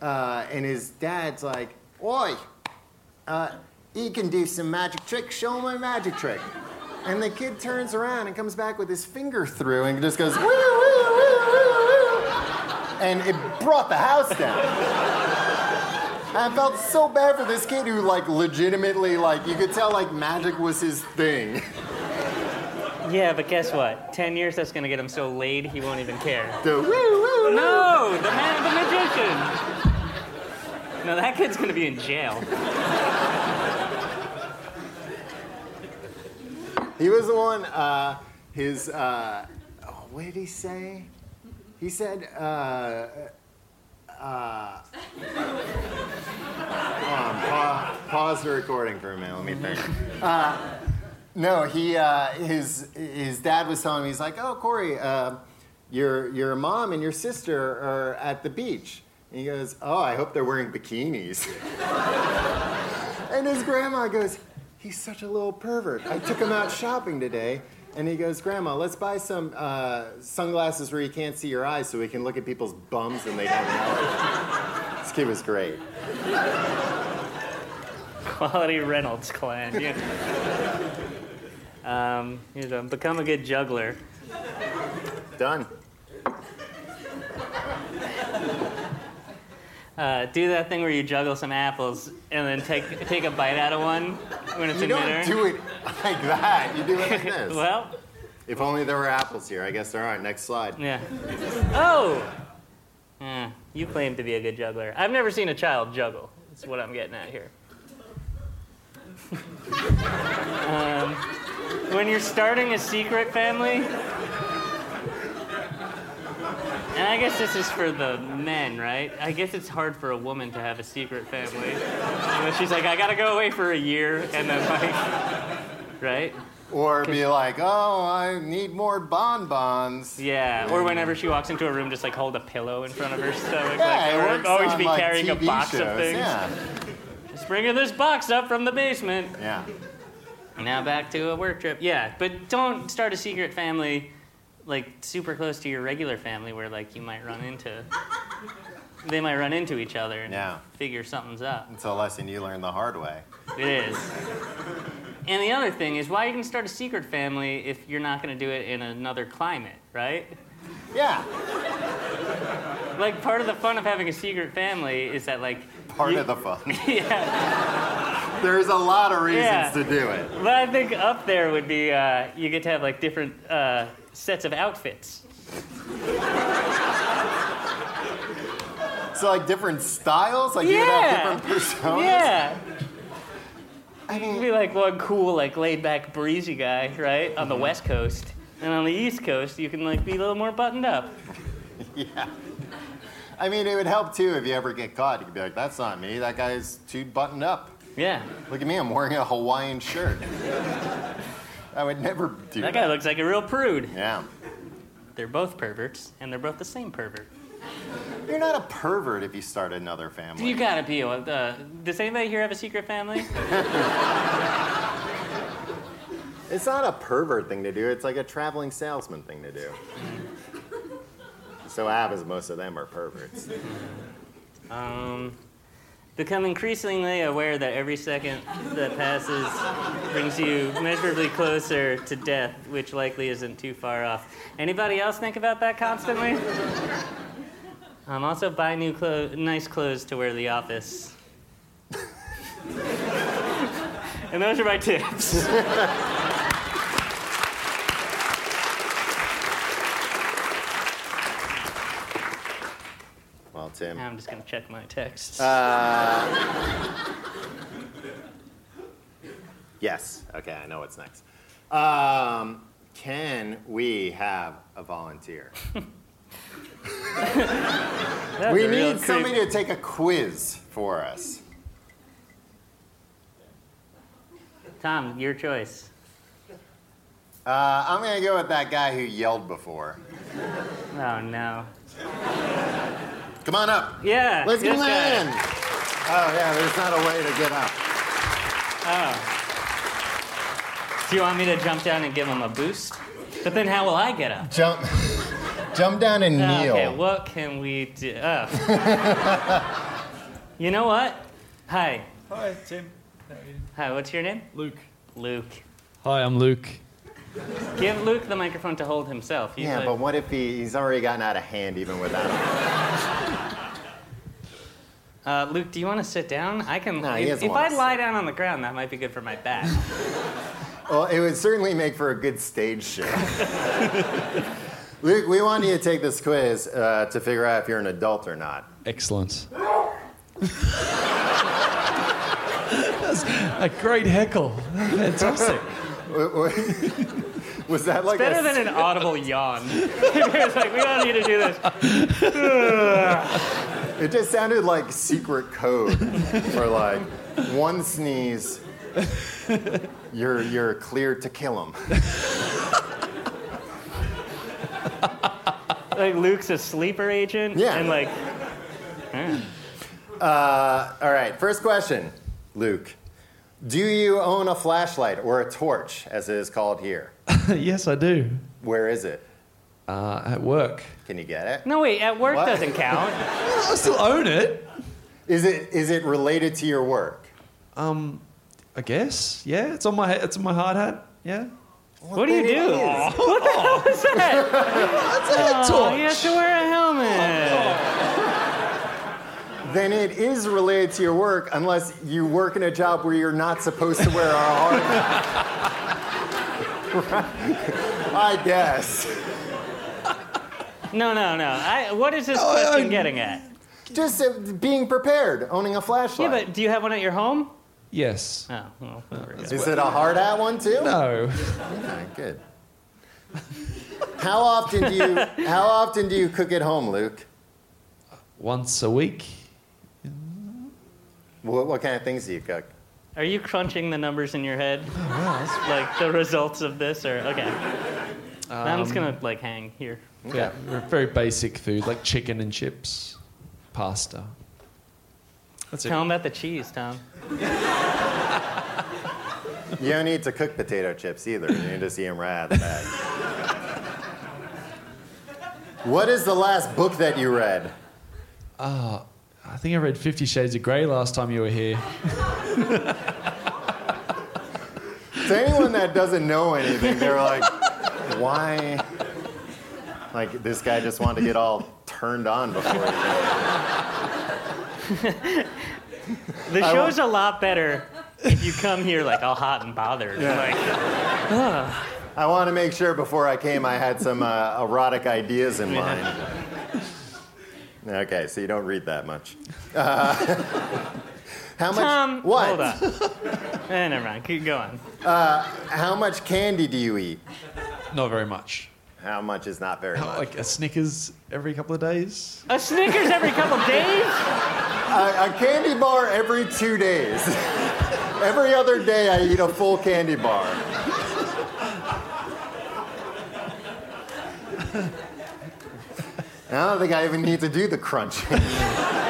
uh, and his dad's like, "Oi, uh, he can do some magic tricks. Show him a magic trick." And the kid turns around and comes back with his finger through and just goes, woo, woo, woo, woo, woo. And it brought the house down. I felt so bad for this kid who, like, legitimately, like, you could tell, like, magic was his thing.
Yeah, but guess what? Ten years that's gonna get him so laid he won't even care.
The woo, woo, woo.
No, the man, the magician. No, that kid's gonna be in jail.
He was the one, uh, his, uh, oh, what did he say? He said, uh, uh, hold on, pa- pause the recording for a minute, let me think. Uh, no, he, uh, his, his dad was telling me, he's like, oh, Corey, uh, your, your mom and your sister are at the beach. And he goes, oh, I hope they're wearing bikinis. And his grandma goes, He's such a little pervert. I took him out shopping today. And he goes, Grandma, let's buy some uh, sunglasses where you can't see your eyes so we can look at people's bums and they don't know. this kid was great.
Quality Reynolds clan. Yeah. Um, you know, become a good juggler.
Done.
Uh, do that thing where you juggle some apples and then take take a bite out of one when it's
You
in
don't
midair.
do it like that. You do it like this.
well,
if only there were apples here. I guess there aren't. Next slide.
yeah. Oh. Yeah, you claim to be a good juggler. I've never seen a child juggle. That's what I'm getting at here. um, when you're starting a secret family. And I guess this is for the men, right? I guess it's hard for a woman to have a secret family. And then she's like, I gotta go away for a year, and then like, right?
Or be like, oh, I need more bonbons.
Yeah, or whenever she walks into a room, just like hold a pillow in front of her stomach.
Yeah,
like,
it
or
works
always
on,
be
like,
carrying
TV
a box
shows.
of things.
Yeah.
Just bring her this box up from the basement.
Yeah.
Now back to a work trip. Yeah, but don't start a secret family like super close to your regular family where like you might run into. They might run into each other and
Yeah.
figure something's up.
It's a lesson you learn the hard way.
It is. And the other thing is why you can start a secret family if you're not going to do it in another climate, right?
Yeah.
Like part of the fun of having a secret family is that like
part
you-
of the fun.
yeah.
There's a lot of reasons
Yeah.
to do it.
But I think up there would be uh, you get to have like different uh, sets of outfits.
So like different styles, like you would
Yeah.
have different personas.
Yeah. I would be like one cool, like laid back, breezy guy, right? On the West Coast. And on the East Coast, you can like be a little more buttoned up.
Yeah. I mean, it would help too if you ever get caught. You could be like, "That's not me. That guy's too buttoned up.
Yeah.
Look at me. I'm wearing a Hawaiian shirt." I would never do
That
that.
guy looks like a real prude.
yeah.
They're both perverts, and they're both the same pervert.
You're not a pervert if you start another family.
You gotta be. Uh, does anybody here have a secret family?
It's not a pervert thing to do. It's like a traveling salesman thing to do. so happens most of them are perverts.
Um, become increasingly aware that every second that passes brings you measurably closer to death, which likely isn't too far off. Anybody else think about that constantly? Um, also, buy new clo- nice clothes to wear to the office. And those are my tips.
Well, Tim.
Now I'm just gonna check my texts.
Uh, Yes. Okay, I know what's next. Um, can we have a volunteer?
That's
We
a real
need somebody
creep.
to take a quiz for us.
Tom, your choice.
Uh, I'm gonna go with that guy who yelled before.
Oh no.
Come on up.
Yeah.
Let's get
this
him
guy.
in. Oh yeah, there's not a way to get up.
Do you want me to jump down and give him a boost? But then how will I get up?
Jump, jump down and kneel.
Okay, what can we do? Oh. you know what? Hi.
Hi, Tim.
Hi, what's your name?
Luke.
Luke.
Hi, I'm Luke.
Give Luke the microphone to hold himself. He's
yeah,
like-
but what if he, he's already gotten out of hand even without him?
Uh, Luke, do you want to sit down? I can.
No, he
if
doesn't
if I
wanna sit.
lie down on the ground, that might be good for my back.
Well, it would certainly make for a good stage show. Luke, we want you to take this quiz uh, to figure out if you're an adult or not.
Excellent. That's a great heckle. Fantastic.
Was that like
Better
a,
than an audible yawn. it's like we don't need to do this.
It just sounded like secret code for like one sneeze, you're you're clear to kill him.
Like Luke's a sleeper agent.
Yeah.
And like,
Uh, all right, first question, Luke. Do you own a flashlight or a torch, as it is called here?
yes, I do.
Where is it?
Uh, at work.
Can you get it?
no wait, at work
What?
doesn't count.
I still own it.
Is it is it related to your work?
Um, I guess. Yeah, it's on my it's on my hard hat. Yeah.
what do you
then it
do?
is.
Aw, What the hell is that?
That's a head
Oh, you have to wear a helmet.
Then it is related to your work, unless you work in a job where you're not supposed to wear a hard hat. I guess.
No, no, no. I, what is this question getting at?
Just uh, being prepared, owning a
Yeah,
flashlight.
but do you have one at your home?
Yes.
Oh, well, there we go.
is it a hard hat one too?
No.
Okay, good. how often do you how often do you cook at home, Luke?
Once a week.
What, what kind of things do you cook?
Are you crunching the numbers in your head? like the results of this, or okay? I'm just gonna like hang here.
Yeah. Very basic food like chicken and chips, pasta. That's it.
Tell him about the cheese, Tom.
You don't need to cook potato chips either. You can just eat them right out of the bag. what is the last book that you read?
I think I read Fifty Shades of Grey last time you were here.
To anyone that doesn't know anything, they're like, why? Like this guy just wanted to get all turned on before. He
The show's a lot better if you come here like all hot and bothered. Like,
I want to make sure before I came, I had some uh, erotic ideas in mind. Okay, so you don't read that much. Uh, how much?
Tom,
what?
Um, hold on. eh, never mind. Keep going.
How much candy do you eat?
Not very much.
How much is not very much.
Like a Snickers every couple of days.
A Snickers every couple days.
A, a candy bar every two days. every other day, I eat a full candy bar. I don't think I even need to do the crunching.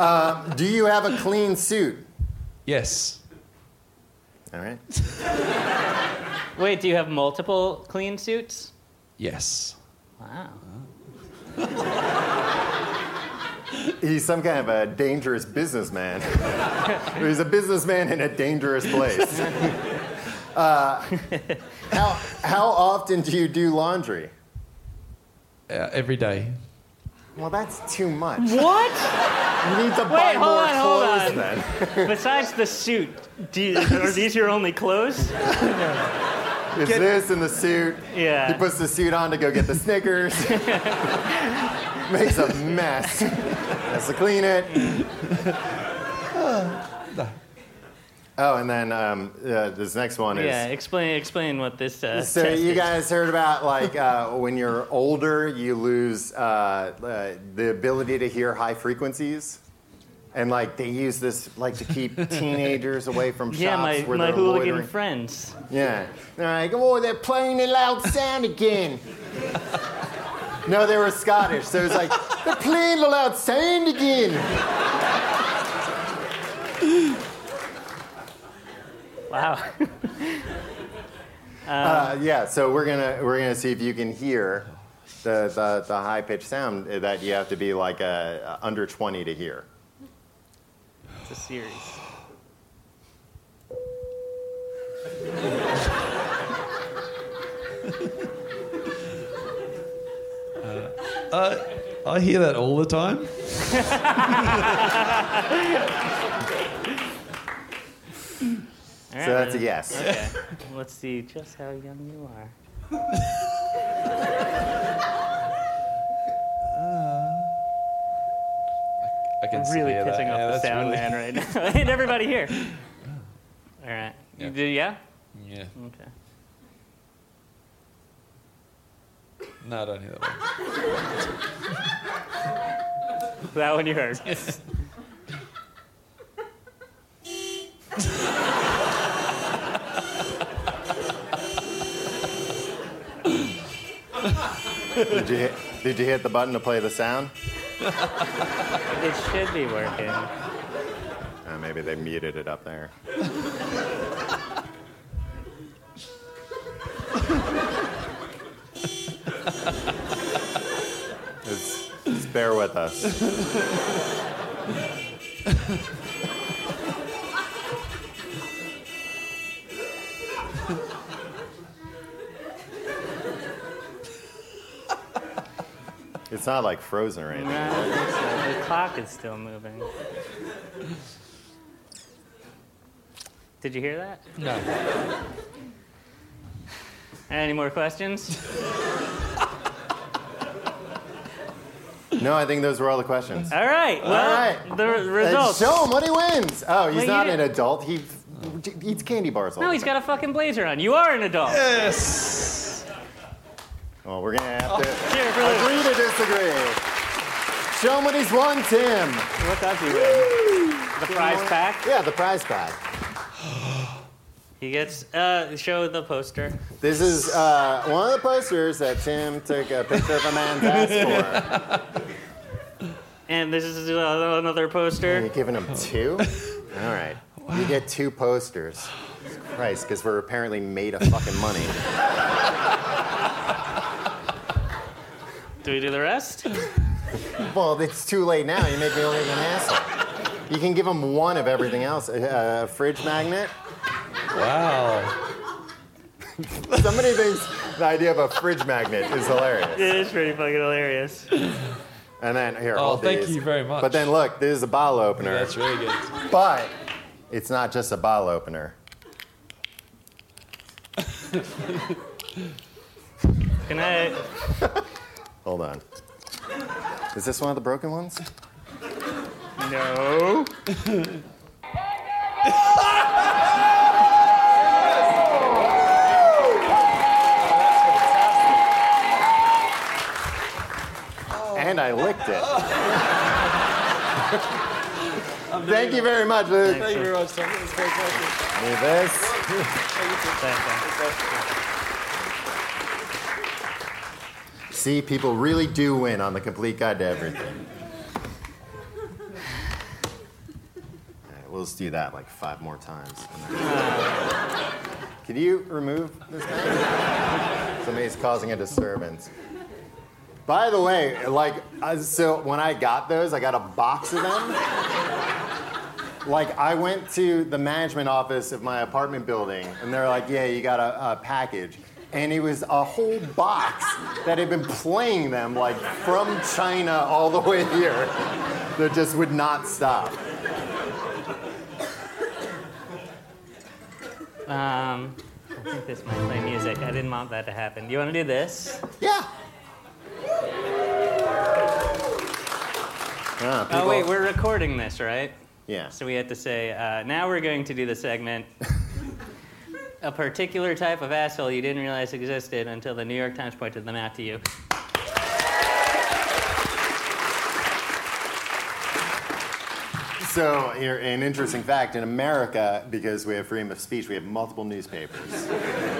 Uh, do you have a clean suit?
Yes.
All right.
Wait, do you have multiple clean suits?
Yes.
Wow.
He's some kind of a dangerous businessman. He's a businessman in a dangerous place. uh, how, how often do you do laundry?
Uh, every day.
Well, that's too much.
What?
You need to buy
Wait, hold
more
on, hold
clothes
on.
then.
Besides the suit, do you, are these your only clothes?
It's this and the suit. He
Yeah.
puts the suit on to go get the Snickers. Makes a mess. Has to clean it. Oh, and then um, uh, this next one is.
Yeah. Explain. Explain what this. Uh,
So
test
you
is.
guys heard about like uh, when you're older, you lose uh, uh, the ability to hear high frequencies, and like they use this like to keep teenagers away from shops
Yeah, my,
where
my
they're
hooligan
loitering.
friends.
Yeah. They're like, oh, they're playing the loud sound again. no, they were Scottish, so it was like, they're playing the loud sound again.
Wow.
Uh, yeah, so we're gonna we're gonna see if you can hear the the, the high pitched sound that you have to be like uh, under twenty to hear.
It's a series.
I hear that all the time.
All right,
So that's a
man.
yes.
Okay. Let's see just how young you are.
I can
I'm
see
really
hear that.
pissing
Yeah,
off the
that's
sound
really-
man right now. and everybody here. All right.
Yeah.
You do, yeah?
Yeah.
Okay.
No, I don't hear that one.
That one you heard.
Did you hit, did you hit the button to play the sound?
it should be working.
Uh, maybe they muted it up there. just, just bear with us. It's not like frozen or anything.
No, it's, uh, the clock is still moving. Did you hear that?
No.
Any more questions?
No, I think those were all the questions.
All right. Well,
right.
the r-
And
results.
Show him what he wins. Oh, he's
Wait, you
not an
didn't-
adult. He f- eats candy bars all
No,
the
he's
time.
got a fucking blazer on. You are an adult.
Yes.
Well, Oh, we're going to have to
Cheer for Luke.
agree to disagree. Show him what he's won, Tim.
What does he win? The prize pack.
Yeah, the prize pack.
He gets. Uh, show the poster.
This is uh, one of the posters that Tim took a picture of a man's ass for.
And this is uh, another
Are you
poster.
giving him two? All right. You get two posters. Christ, because we're apparently made of fucking money.
Do we do the rest?
Well, it's too late now. You make me look like an asshole. You can give him one of everything else. Uh, A, a fridge magnet.
Wow.
Somebody thinks the idea of a fridge magnet is hilarious.
it is pretty fucking hilarious.
And then here,
Oh,
hold
thank
these.
you very much.
But then look, this is a bottle opener.
That's really good.
But it's not just a bottle opener.
Can I?
Hold on. Is this one of the broken ones?
No.
Oh.
And I licked it. Thank you very much, Luke.
Thank you very much, Tom. That was great question.
Need this. See, people really do win on the complete guide to everything. All right, we'll just do that like five more times. Can you remove this guy? Somebody's causing a disturbance. By the way, like, uh, so when I got those, I got a box of them. Like, I went to the management office of my apartment building, and they're like, yeah, you got a, a package. and it was a whole box that had been playing them like from China all the way here. That just would not stop.
Um, I think this might play music. I didn't want that to happen. You want to do this?
Yeah. Ah,
Oh,
people-
wait, we're recording this, right?
yeah.
So we had to say, uh, now we're going to do the segment. A particular type of asshole you didn't realize existed until the New York Times pointed them out to you.
So, here, an interesting fact in America, because we have freedom of speech, we have multiple newspapers.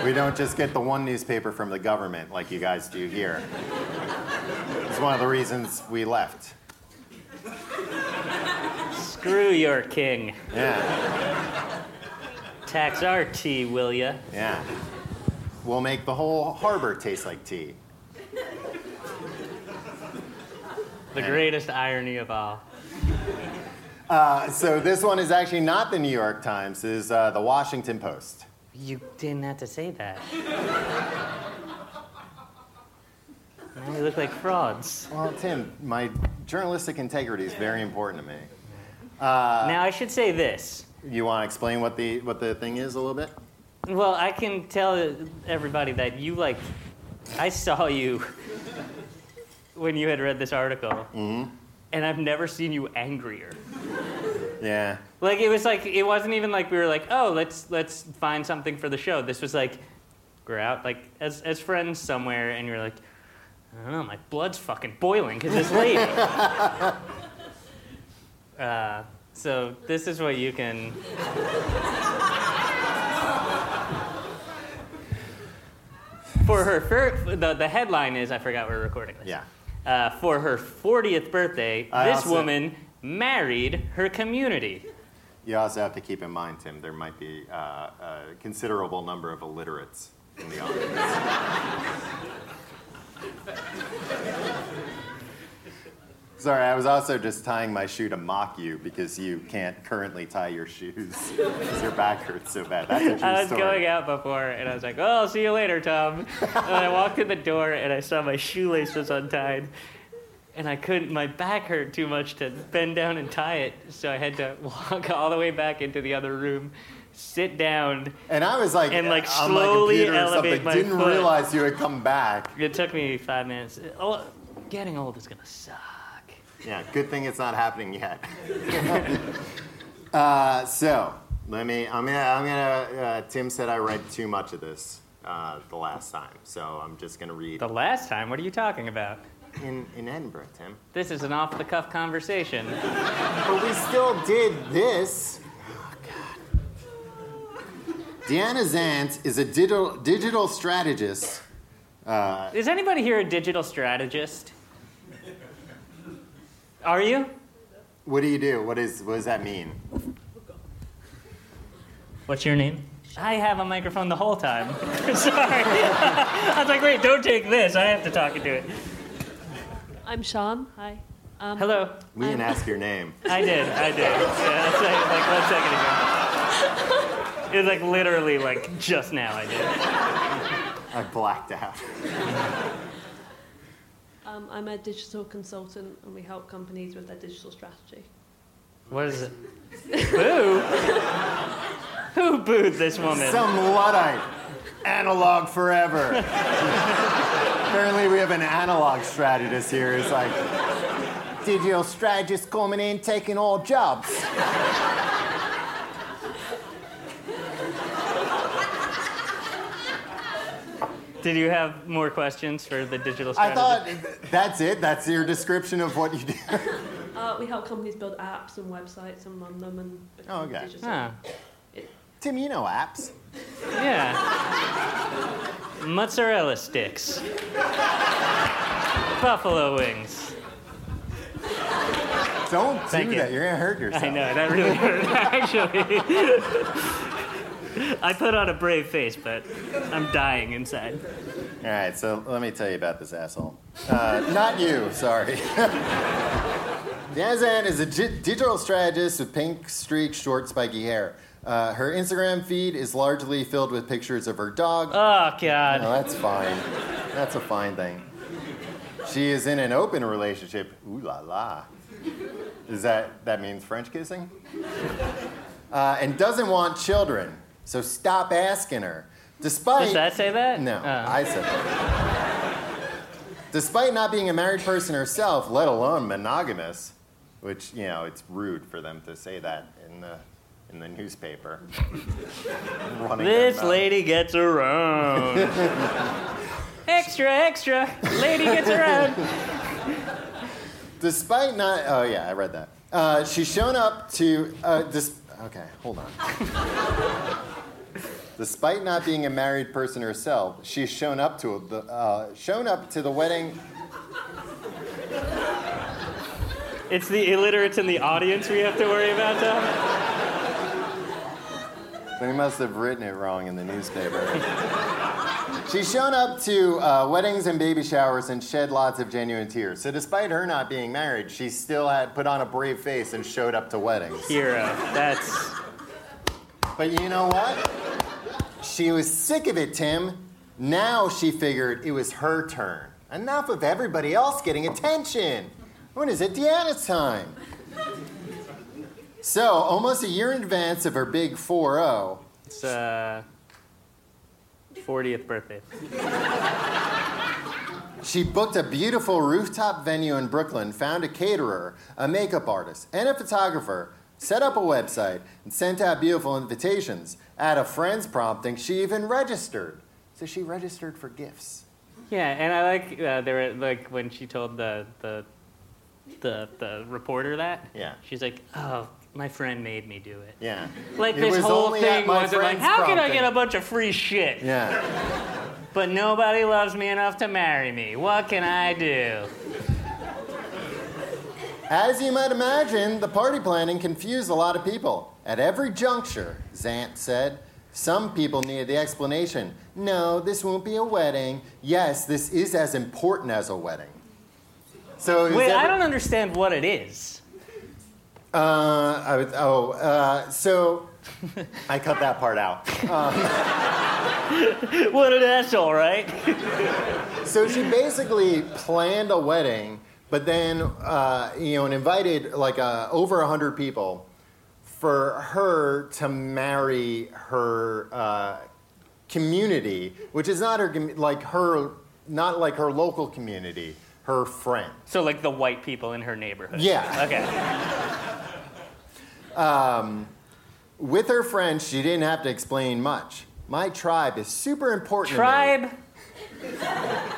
we don't just get the one newspaper from the government like you guys do here. it's one of the reasons we left.
Screw your king.
Yeah,
Tax our tea, will ya?
yeah. We'll make the whole harbor taste like tea.
The greatest irony of all.
So, this one is actually not the New York Times, this is uh, the Washington Post.
You didn't have to say that. Now we look like frauds.
Well, Tim, my journalistic integrity is very important to me.
now I should say this.
You want to explain what the, what the thing is a little bit?
Well, I can tell everybody that you like. I saw you when you had read this article, and I've never seen you angrier.
Yeah.
Like it was like it wasn't even like we were like, oh, let's let's find something for the show. This was like we're out like as as friends somewhere, and you're like, I don't know, my blood's fucking boiling because this lady. uh, so this is what you can. For her, fir- the, the headline is I forgot we're recording this
Yeah.
uh, for her 40th birthday,
I
this
also-
woman married her community.
You also have to keep in mind, Tim, there might be uh, a considerable number of illiterates in the audience. Sorry, I was also just tying my shoe to mock you because you can't currently tie your shoes because your back hurts so bad. That's a true
I was
story.
going out before, and I was like, "Oh, I'll see you later, Tom." and I walked in the door, and I saw my shoelace was untied, and I couldn't. My back hurt too much to bend down and tie it, so I had to walk all the way back into the other room, sit down.
And I was like,
And, like,
on my
slowly
computer or
elevate
something,
my
didn't
foot.
realize you had come back.
It took me five minutes. Oh, getting old is gonna suck.
Yeah, good thing it's not happening yet. uh, so let me. I'm gonna. I'm gonna. Uh, Tim said I read too much of this uh, the last time, so I'm just gonna read
The last time, what are you talking about?
in in Edinburgh, Tim.
This is an off-the-cuff conversation.
But we still did this. Oh, God. Deanna Zant is a digital digital strategist.
Is anybody here a digital strategist? Are you?
What do you do? What is? What does that mean?
What's your name? I have a microphone the whole time. Sorry. I was like, wait, don't take this. I have to talk into it.
I'm Sean. Hi. Um,
Hello.
We didn't ask your name.
I did. I did. Yeah, that's like, like one second ago. It was like literally like just now I did.
I blacked out.
Um, I'm a digital consultant, and we help companies with their digital strategy.
What is it? Boo. Who booed this woman?
Some Luddite. Analog forever. Apparently, we have an analog strategist here. It's like, digital strategist coming in, taking all jobs.
Did you have more questions for the digital
I
strategist?
thought, that's it? That's your description of what you do?
Uh, we help companies build apps and websites and run them and become
Oh, okay.
digital.
Huh.
Tim, you know apps.
Yeah. Mozzarella sticks. Buffalo wings.
Don't do
Thank you.
that. You're going to hurt yourself.
I know, that really hurt, actually. I put on a brave face, but I'm dying inside.
All right, so let me tell you about this asshole. Uh, not you, sorry. Yazan is a gi- digital strategist with pink streak, short, spiky hair. Uh, her Instagram feed is largely filled with pictures of her dog.
Oh God.
No, that's fine. That's a fine thing. She is in an open relationship. Ooh la la. Is that that means French kissing? Uh, and doesn't want children. So stop asking her. Despite
Does that say that?
no,
Oh.
I said that. Despite not being a married person herself, let alone monogamous, which you know it's rude for them to say that in the in the newspaper. Running their
This
mouth.
lady gets around. extra, extra. Lady gets around.
Despite not, oh yeah, I read that. Uh, she's shown up to, uh, dis, okay, hold on. Despite not being a married person herself, she's shown up to the uh, shown up to the wedding.
It's the illiterates in the audience we have to worry about, Tom.
They must have written it wrong in the newspaper. she's shown up to uh, weddings and baby showers and shed lots of genuine tears. So despite her not being married, she still had put on a brave face and showed up to weddings.
Hero. That's
But you know what? She was sick of it, Tim. Now she figured it was her turn. Enough of everybody else getting attention. When is it Deanna's time? So, almost a year in advance of her big oh, 4 0,
it's uh 40th birthday.
She booked a beautiful rooftop venue in Brooklyn, found a caterer, a makeup artist, and a photographer, set up a website, and sent out beautiful invitations. At a friend's prompting, she even registered. So she registered for gifts.
Yeah, and I like uh, there were like when she told the the the the reporter that.
Yeah.
She's like, "Oh, my friend made me do it."
Yeah.
Like
It
this
was
whole
only
thing
at my
was like,
friend's
"How can I
prompting."
get a bunch of free shit?"
Yeah.
But nobody loves me enough to marry me. What can I do?
As you might imagine, the party planning confused a lot of people. At every juncture, Zant said, some people needed the explanation. No, this won't be a wedding. Yes, this is as important as a wedding. So it was
Wait, I
every-
don't understand what it is.
Uh, I was, oh, uh, so I cut that part out.
What an asshole, right?
So she basically planned a wedding, but then uh, you know, and invited like uh, over hundred people for her to marry her uh, community, which is not her com- like her not like her local community, her friend.
So like the white people in her neighborhood.
Yeah.
Okay.
With her friend, she didn't have to explain much. My tribe is super important. to me.
Tribe.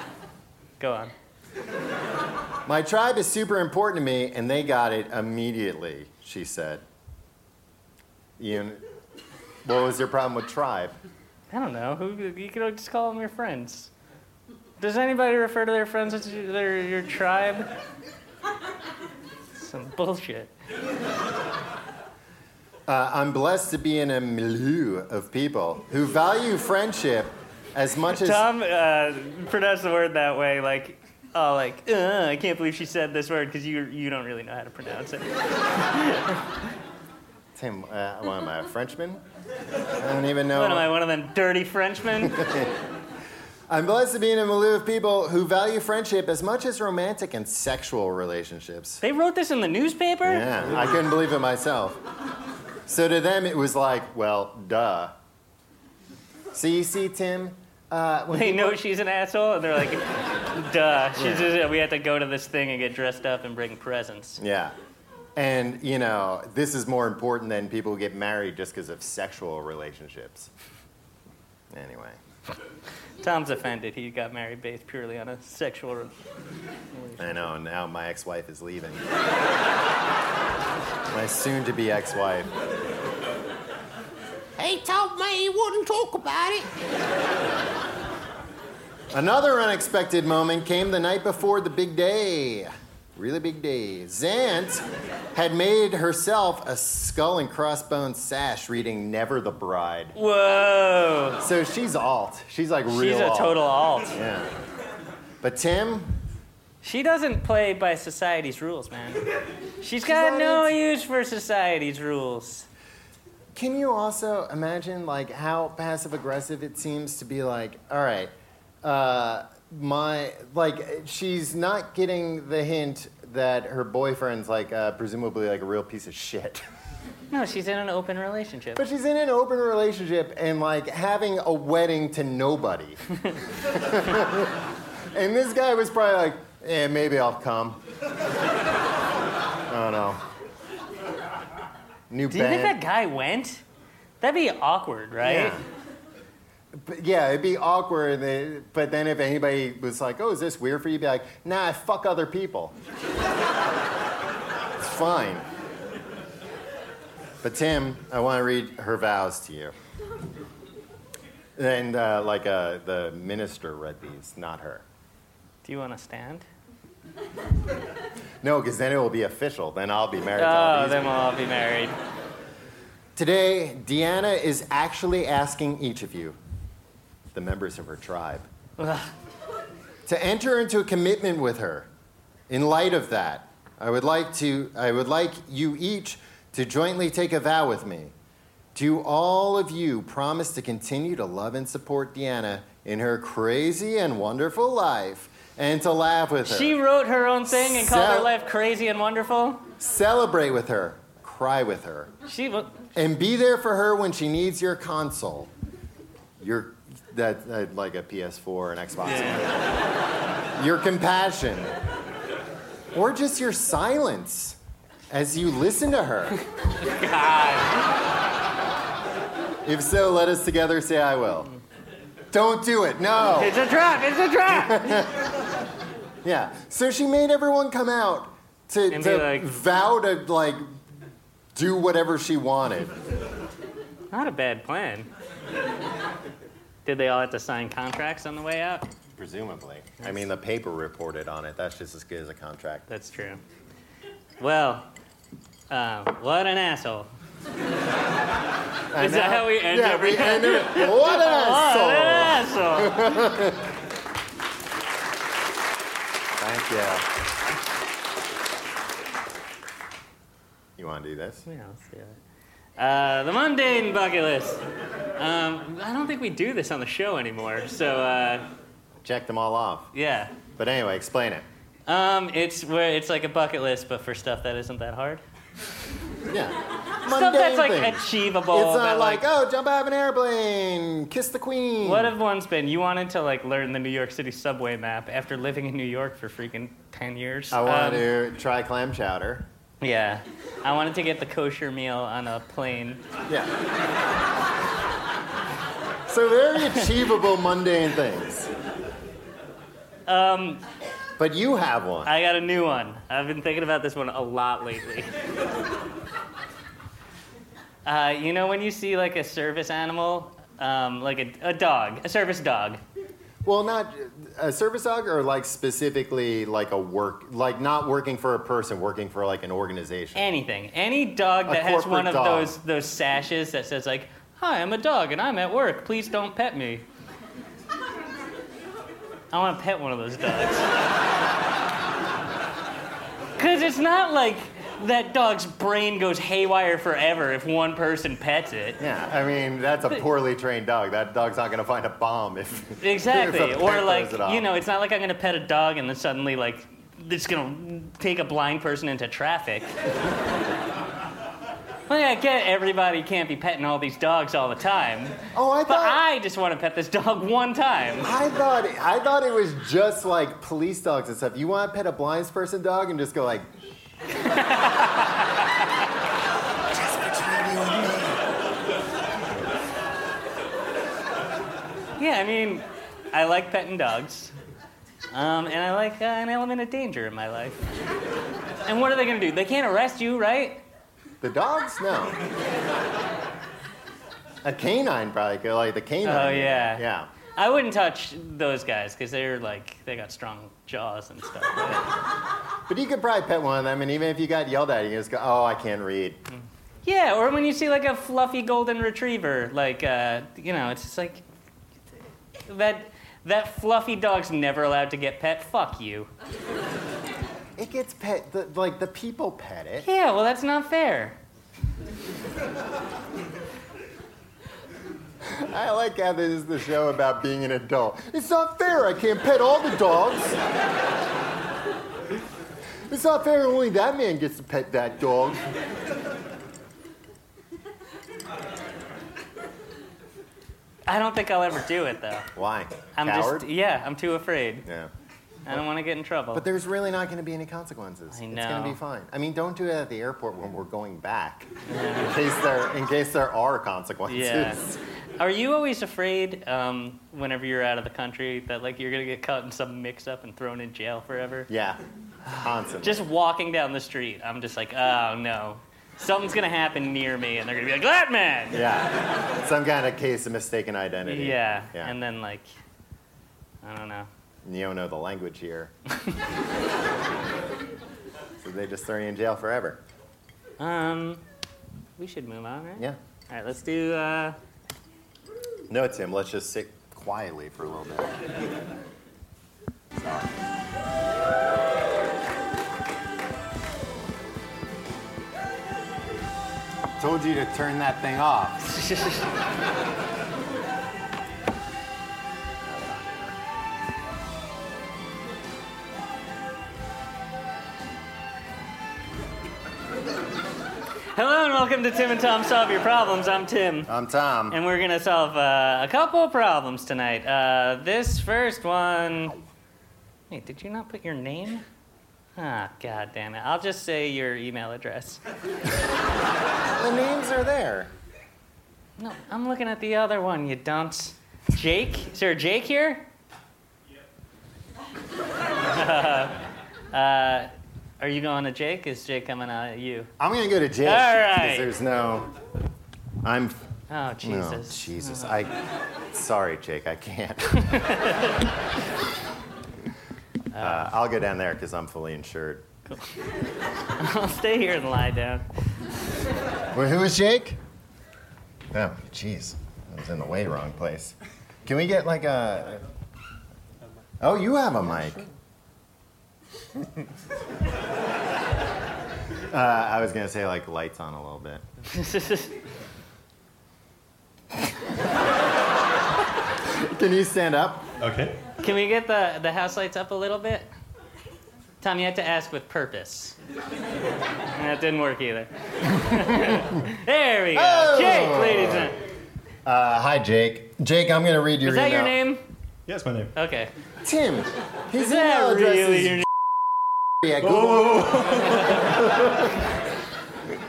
Go on.
My tribe is super important to me, and they got it immediately, she said. Ian, what was your problem with tribe?
I don't know. Who you could just call them your friends. Does anybody refer to their friends as your- their your tribe? Some bullshit.
Uh, I'm blessed to be in a milieu of people who value friendship as much as.
Tom uh, pronounced the word that way, like, oh, like, uh, I can't believe she said this word because you you don't really know how to pronounce it.
Tim, uh, what am I, a Frenchman? I don't even know.
What am I, one of them dirty Frenchmen?
I'm blessed to be in a milieu of people who value friendship as much as romantic and sexual relationships.
they wrote this in the newspaper?
Yeah, I couldn't believe it myself. So to them, it was like, well, duh. So you see, Tim, uh, when
They
people,
know she's an asshole, and they're like, duh. She's just, we have to go to this thing and get dressed up and bring presents.
yeah, and you know, this is more important than people who get married just because of sexual relationships. Anyway,
Tom's offended. He got married based purely on a sexual. re-
I know now my ex-wife is leaving. my soon-to-be ex-wife.
He told me he wouldn't talk about it.
Another unexpected moment came the night before the big day. Really big day. Zant had made herself a skull and crossbones sash reading Never the Bride.
Whoa!
So she's alt. She's like real
she's a
alt.
total alt.
Yeah. But Tim,
She doesn't play by society's rules, man. She's got no use for society's rules.
Can you also imagine like how passive aggressive it seems to be like, all right, uh, my like she's not getting the hint that her boyfriend's like uh, presumably like a real piece of shit.
No, she's in an open relationship.
But she's in an open relationship and like having a wedding to nobody. and this guy was probably like, eh, maybe I'll come. I don't know. New
Do you
band.
think that guy went? That'd be awkward, right?
Yeah. But yeah, it'd be awkward. eh, But then if anybody was like, oh, is this weird for you? Be like, nah, fuck other people. it's fine. But Tim, I want to read her vows to you. And uh, like uh, the minister read these, not her.
Do you want to stand?
No, because then it will be official. Then I'll be married to all
Oh,
these
then we'll all be married.
Today, Deanna is actually asking each of you, the members of her tribe, to enter into a commitment with her. In light of that, I would like to I would like you each to jointly take a vow with me. Do all of you promise to continue to love and support Deanna in her crazy and wonderful life and to laugh with her?
She wrote her own thing and called her
So-
life crazy and wonderful.
Celebrate with her, cry with her.
She wa-
and be there for her when she needs your console. Your that, that like a PS4 or an Xbox. Your compassion, or just your silence as you listen to her. God. If so, let us together say, "I will." Don't do it. No.
It's a trap. It's a trap.
Yeah. So she made everyone come out to,
And
to
be like-
vow to like do whatever she wanted.
Not a bad plan. Did they all have to sign contracts on the way out?
Presumably. I mean, the paper reported on it. That's just as good as a contract.
That's true. Well, uh, what an asshole. Is that how we end
yeah,
every
we ended it. What an asshole!
asshole?
Thank you. You want to do this?
Yeah, let's do it. Uh, the mundane bucket list. Um, I don't think we do this on the show anymore, so uh,
Check them all off.
yeah.
But anyway, explain it.
Um, it's where it's like a bucket list, but for stuff that isn't that hard.
Yeah.
Stuff that's like
things.
achievable.
It's
that,
not like, oh, jump out of an airplane, kiss the queen.
What have one's been? You wanted to like learn the New York City subway map after living in New York for freaking ten years.
I want
Um,
to try clam chowder.
Yeah, I wanted to get the kosher meal on a plane.
Yeah. so very achievable mundane things.
Um,
But you have one.
I got a new one. I've been thinking about this one a lot lately. uh, you know when you see like a service animal, um, like a, a dog, a service dog.
Well, not a service dog, or like specifically like a work, like not working for a person, working for like an organization.
Anything. Any dog
A
that has
corporate
one of
dog.
those those sashes that says like, "Hi, I'm a dog and I'm at work. Please don't pet me." I want to pet one of those dogs. Cuz it's not like that dog's brain goes haywire forever if one person pets it.
Yeah, I mean that's a poorly trained dog. That dog's not gonna find a bomb if
Exactly.
if a
Or
pet
like,
throws it off.
you know, it's not like I'm going to pet a dog and then suddenly like it's going to take a blind person into traffic. Like I get everybody can't be petting all these dogs all the time,
Oh, I
but
thought
I just want to pet this dog one time.
I, thought I thought it was just like police dogs and stuff. You want to pet a blind person dog and just go like,
Yeah, I mean, I like petting dogs, um, and I like uh, an element of danger in my life. And what are they going to do? They can't arrest you, right?
the dogs? No. a canine probably could, like the canine.
Oh, yeah.
Yeah.
I wouldn't touch those guys because they're like they got strong jaws and stuff.
But you could probably pet one of them, and even if you got yelled at, you just go, oh, I can't read.
Yeah, or when you see like a fluffy golden retriever, like uh, you know, it's just like that that fluffy dog's never allowed to get pet. Fuck you.
It gets pet, the, like the people pet it.
Yeah, well that's not fair.
I like how this is the show about being an adult. It's not fair. I can't pet all the dogs. It's not fair. Only that man gets to pet that dog.
I don't think I'll ever do it though.
Why?
I'm
Coward?
just e- yeah, I'm too afraid.
Yeah.
I don't want to get in trouble.
But there's really not going to be any consequences.
I
It's going
know.
to be fine. I mean, don't do it at the airport when we're going back, in case there in case there are consequences.
yeah. Are you always afraid um, whenever you're out of the country that like you're gonna get caught in some mix-up and thrown in jail forever?
Yeah. Constantly.
Just walking down the street, I'm just like, oh no, something's gonna happen near me, and they're gonna be like, that man.
yeah. Some kind of case of mistaken identity.
Yeah.
Yeah.
And then like, I don't know.
you don't know the language here. so they just throw you in jail forever.
Um, we should move on, right?
Yeah.
All right, let's do. Uh,
No, Tim, let's just sit quietly for a little bit. Told you to turn that thing off.
hello and welcome to Tim and Tom Solve Your Problems. I'm Tim.
I'm Tom.
And we're gonna solve uh, a couple of problems tonight. Uh, this first one. Wait, did you not put your name? Ah, god damn it. I'll just say your email address.
the names are there.
No, I'm looking at the other one, you dunce. Jake? Is there a Jake here? Yep. uh, are you going to Jake? Is Jake coming out at you?
I'm gonna go to jail.
All
'cause
right.
There's no. I'm.
Oh, Jesus.
No, Jesus. I. Sorry, Jake. I can't. uh, I'll go down there because I'm fully insured.
I'll stay here and lie down.
Well, who is Jake? Oh, jeez. I was in the way wrong place. Can we get like a. Oh, you have a mic. uh, I was going to say like lights on a little bit. Can you stand up?
Okay.
Can we get the, the house lights up a little bit? Tom, you have to ask with purpose. And that didn't work either. there we go.
Oh!
Jake, ladies and
Uh, hi, Jake. Jake, I'm going to read your
Is that your
email.
name?
Yeah, it's my name.
Okay.
Tim. His
Is that
email address
really
is
your name?
at Google.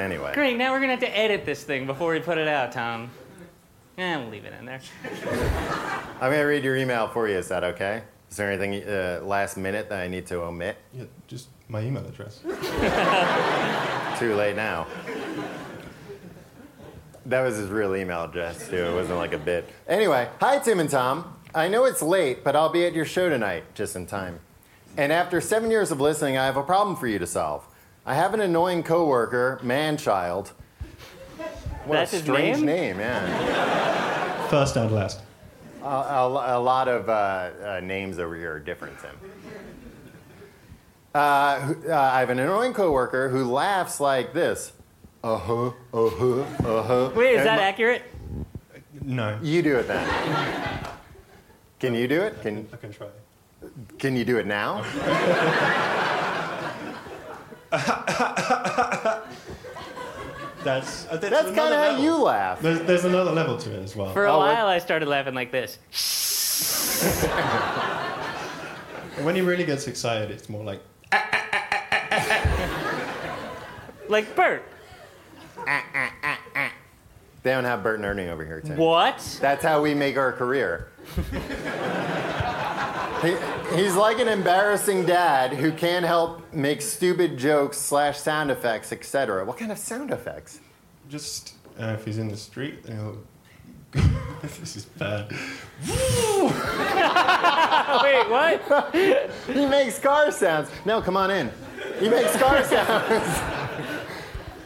anyway.
Great, now we're gonna have to edit this thing before we put it out, Tom. Eh, we'll leave it in there.
I'm gonna read your email for you. Is that okay? Is there anything uh, last minute that I need to omit?
Yeah, just my email address.
Too late now. That was his real email address too. It wasn't like a bit. Anyway, hi Tim and Tom. I know it's late, but I'll be at your show tonight, just in time. And after seven years of listening, I have a problem for you to solve. I have an annoying coworker, man-child. What
That's
a
his
strange
name?
name yeah.
First and last.
A, a lot of uh, uh, names over here are different, Tim. Uh, who- uh, I have an annoying coworker who laughs like this. Uh huh. Uh huh. Uh huh.
Wait, is that accurate?
No.
You do it then. Can you do it? Can
I can try.
Can you do it now?
That's uh, that's,
That's
another
kind of how
level.
you laugh.
There's, there's another level to it as well.
For a
Oh, what-
while, I started laughing like this.
when he really gets excited, it's more like
Like Bert.
They don't have Bert and Ernie over here, Tim.
What?
That's how we make our career. he, he's like an embarrassing dad who can't help make stupid jokes slash sound effects, etc. What kind of sound effects?
just uh, if he's in the street, then he'll. this is bad.
Wait, what?
He makes car sounds. No, come on in. He makes car sounds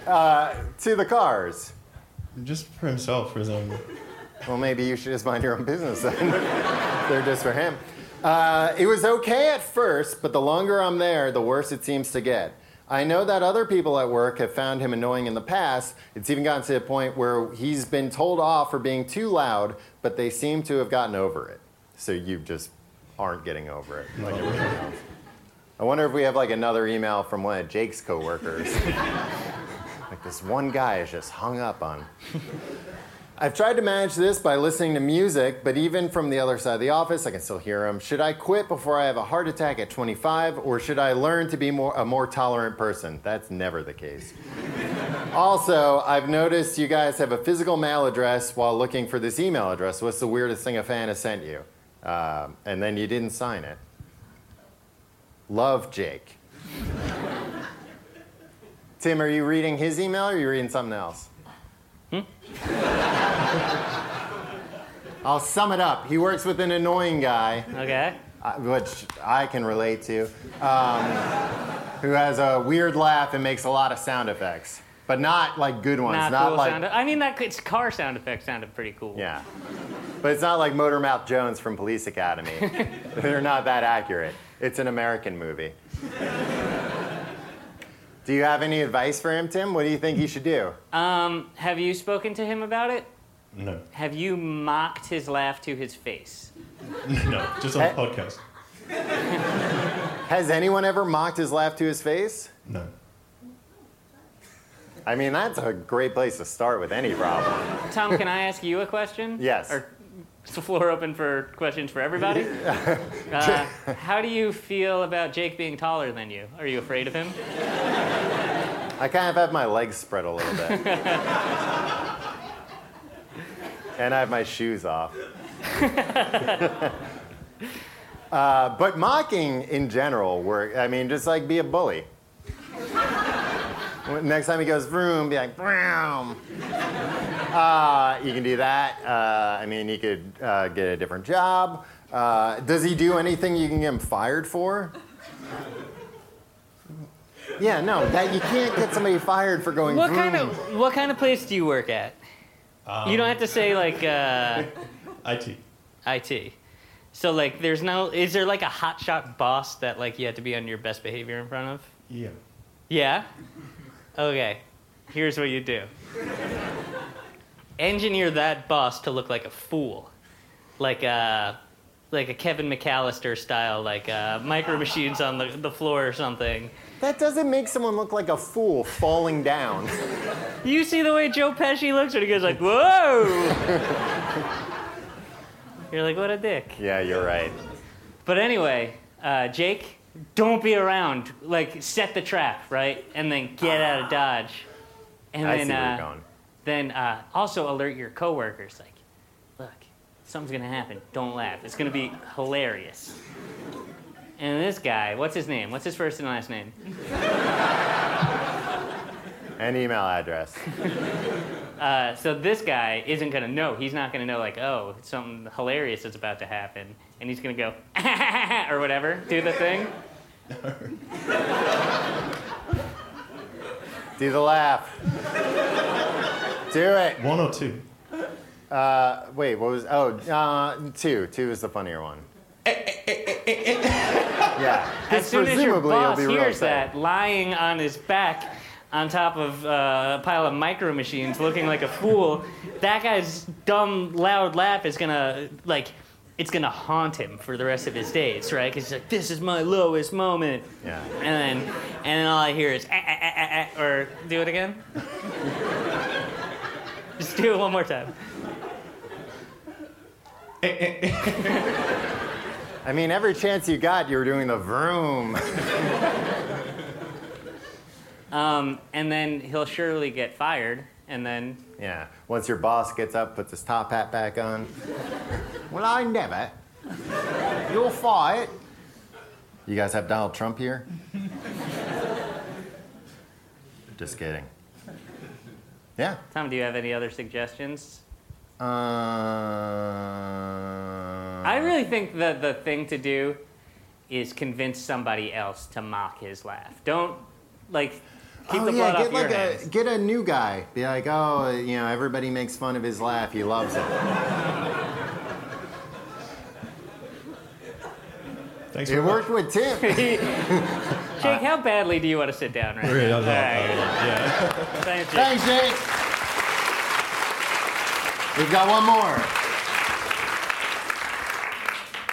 uh, to the cars.
Just for himself, for his own.
Well, maybe you should just mind your own business then. They're just for him. Uh, it was okay at first, but the longer I'm there, the worse it seems to get. I know that other people at work have found him annoying in the past. It's even gotten to the point where he's been told off for being too loud, but they seem to have gotten over it. So you just aren't getting over it like everyone else. I wonder if we have like another email from one of Jake's coworkers. like this one guy is just hung up on. I've tried to manage this by listening to music, but even from the other side of the office, I can still hear him. Should I quit before I have a heart attack at 25, or should I learn to be more, a more tolerant person? That's never the case. also, I've noticed you guys have a physical mail address while looking for this email address. What's the weirdest thing a fan has sent you? Um, and then you didn't sign it. Love Jake. Tim, are you reading his email or are you reading something else? I'll sum it up. He works with an annoying guy,
Okay.
uh, which I can relate to, um, who has a weird laugh and makes a lot of sound effects, but not like good ones.
Not,
Not
cool
like
sound. e- I mean, that it's car sound effect sounded pretty cool.
yeah, but it's not like Motor Mouth Jones from Police Academy. They're not that accurate. It's an American movie. do you have any advice for him, Tim? What do you think he should do?
Um, have you spoken to him about it?
No,
Have you mocked his laugh to his face?
no, just
Eh?
on the podcast.
Has anyone ever mocked his laugh to his face?
No.
I mean, that's a great place to start with any problem.
Tom, can I ask you a question?
Yes.
Or is the floor open for questions for everybody? Uh, how do you feel about Jake being taller than you? Are you afraid of him?
I kind of have my legs spread a little bit. and I have my shoes off. Uh, but mocking in general work. I mean, just like be a bully. When- Next time he goes vroom, be like vroom. Uh, you can do that. Uh, I mean, you could uh, get a different job. Uh, does he do anything you can get him fired for? Yeah, no, that you can't get somebody fired for going
What
vroom.
kind of what kind of place do you work at? you don't have to say like uh,
IT.
IT. So like, there's no. Is there like a hotshot boss that like you have to be on your best behavior in front of?
Yeah.
Yeah? Okay. Here's what you do engineer that boss to look like a fool. Like a, like a Kevin McAllister style, like uh, micro machines on the, the floor or something.
That doesn't make someone look like a fool falling down.
You see the way Joe Pesci looks when he goes like, whoa! You're like, what a dick.
Yeah, you're right.
But anyway, uh, Jake, don't be around. Like, set the trap, right? And then get out of Dodge. And
I
then,
see where you're
uh,
going.
then uh, also alert your coworkers like look something's gonna happen don't laugh it's gonna be hilarious and this guy what's his name what's his first and last name
An email address.
uh, so this guy isn't gonna know he's not gonna know like oh something hilarious is about to happen and he's gonna go or whatever do the thing
Do the laugh. Do it.
One or two.
Wait, what was? Oh, uh, two. Two is the funnier one. yeah. Because
as soon as your
presumably
boss
he'll be real
hears
upset.
that lying on his back on top of uh, a pile of micro machines looking like a fool that guy's dumb loud laugh is gonna like it's gonna haunt him for the rest of his days right because he's like this is my lowest moment
Yeah.
and then and then all i hear is "Ah, ah, ah, ah, ah," or do it again just do it one more time
I mean, every chance you got, you were doing the vroom.
um, and then he'll surely get fired and then
yeah. Once your boss gets up, puts his top hat back on. well, I never. You're fired. You guys have Donald Trump here? Just kidding. Yeah.
tom do you have any other suggestions
Uh, I
I really think that the thing to do is convince somebody else to mock his laugh. Don't like keep
oh,
the
yeah,
blood
get
off
like
your
a
hands.
get a new guy. Be like, oh, you know, everybody makes fun of his laugh. He loves it.
Thanks
it
very much.
worked with Tim.
Jake, how badly do you want to sit down right
Really,
now?
I don't- I
All right. Thanks, Jake.
Thanks, Jake. We've got one more.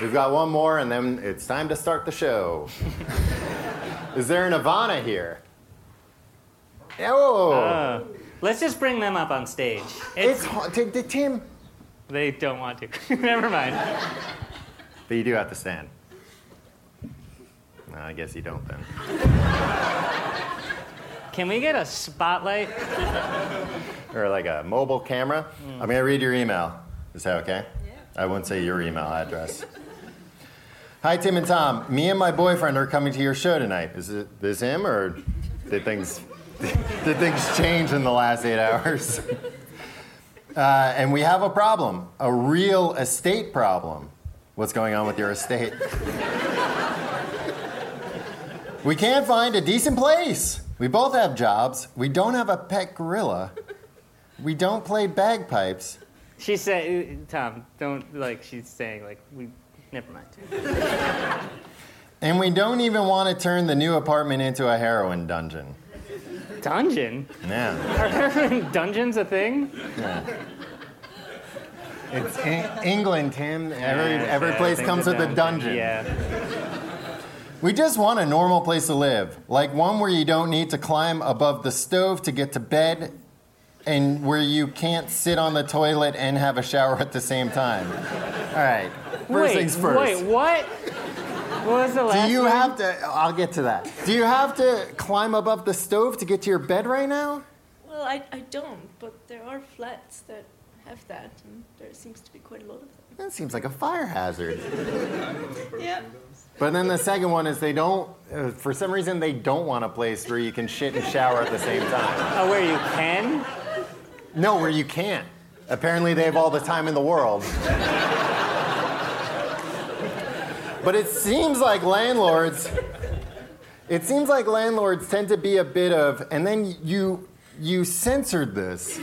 We've got one more, and then it's time to start the show. Is there an Ivana here? Oh,
Uh, let's just bring them up on stage.
it's, hard. Tim- Tim.
They don't want to. Never mind.
But you do have to stand. No, I guess you don't then.
Can we get a spotlight?
Or like a mobile camera. I'm gonna read your email. Is that okay? Yeah. I won't say your email address. Hi, Tim and Tom. Me and my boyfriend are coming to your show tonight. Is it this him or did things did things change in the last eight hours? Uh, and we have a problem, a real estate problem. What's going on with your estate? We can't find a decent place. We both have jobs. We don't have a pet gorilla. We don't play bagpipes.
She said, Tom, don't, like, she's saying, like, we, never mind.
And we don't even want to turn the new apartment into a heroin dungeon.
Dungeon?
Yeah.
Are dungeons a thing?
It's Eng- England, Tim. Every,
Yeah,
every
yeah,
place
things
comes
are
with a dungeon.
Yeah.
We just want a normal place to live, like one where you don't need to climb above the stove to get to bed and where you can't sit on the toilet and have a shower at the same time. All right. First
wait,
things first.
wait, what? What was the last
Do you
one?
have to? I'll get to that. Do you have to climb above the stove to get to your bed right now?
Well, I, I don't, but there are flats that have that, and there seems to be quite a lot of them.
That seems like a fire hazard.
Yeah.
But then the second one is they don't. Uh, for some reason, they don't want a place where you can shit and shower at the same time.
Oh, where you can?
No, where you can't. Apparently, they have all the time in the world. But it seems like landlords. It seems like landlords tend to be a bit of, and then you you censored this.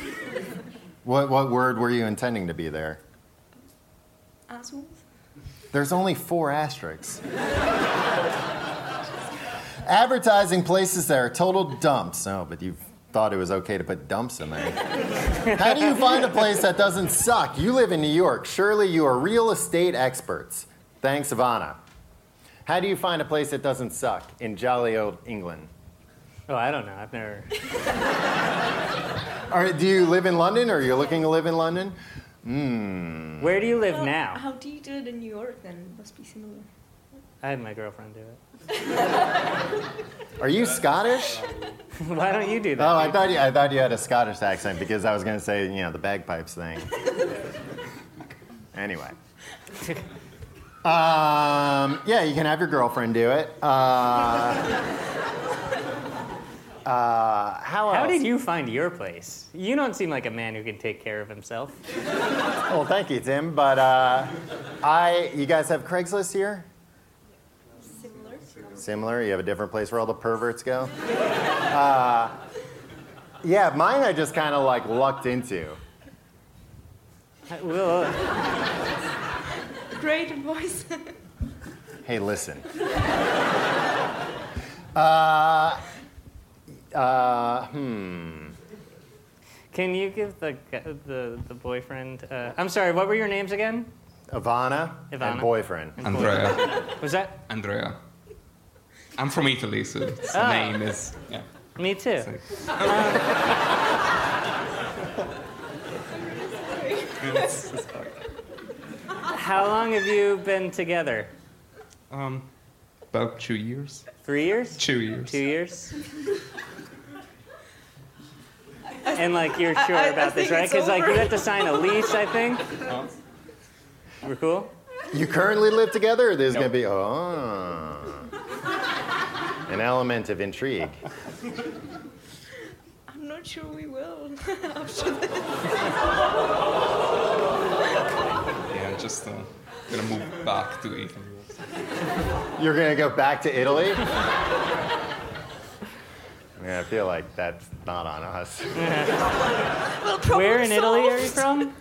What what word were you intending to be there?
Assholes.
There's only four asterisks. Advertising places that are total dumps. No, but you thought it was okay to put dumps in there. How do you find a place that doesn't suck? You live in New York. Surely you are real estate experts. Thanks, Ivana. How do you find a place that doesn't suck in jolly old England?
Oh, I don't know. I've never.
Are, do you live in London or you're looking to live in London? Hmm.
Where do you live
Well,
now?
How do you do it in New York then? Must be similar.
I had my girlfriend do it.
Are you Scottish?
Why don't you do that?
Oh, I thought you, I thought you had a Scottish accent because I was going to say, you know, the bagpipes thing. anyway. Um, yeah, you can have your girlfriend do it. Uh, uh, how else?
How did you find your place? You don't seem like a man who can take care of himself.
Well, thank you, Tim. But uh, I, you guys have Craigslist here?
Similar?
Similar. You have a different place where all the perverts go. Uh, yeah, mine I just kind of like lucked into.
I- well,
Great voice.
Hey, listen. uh, uh, hmm.
Can you give the gu- the the boyfriend? Uh, I'm sorry. What were your names again?
Ivana, and
Ivana.
boyfriend.
Andrea.
Was that
Andrea. I'm from Italy, so it's- the
Ah.
name is. Yeah.
me too? How long have you been together?
Um, about two years.
Three years?
Two years.
Two years? and like you're
I-
sure
I- I
about this,
think
right?
it's
Because like you
over.
have to sign a lease, I think. We're cool.
You currently live together? Or there's going to be oh, an element of intrigue.
I'm not sure we will. After
Yeah, just uh, gonna move back to Italy.
You're going to go back to Italy? I mean, I feel like that's not on us.
Where in Italy are you from?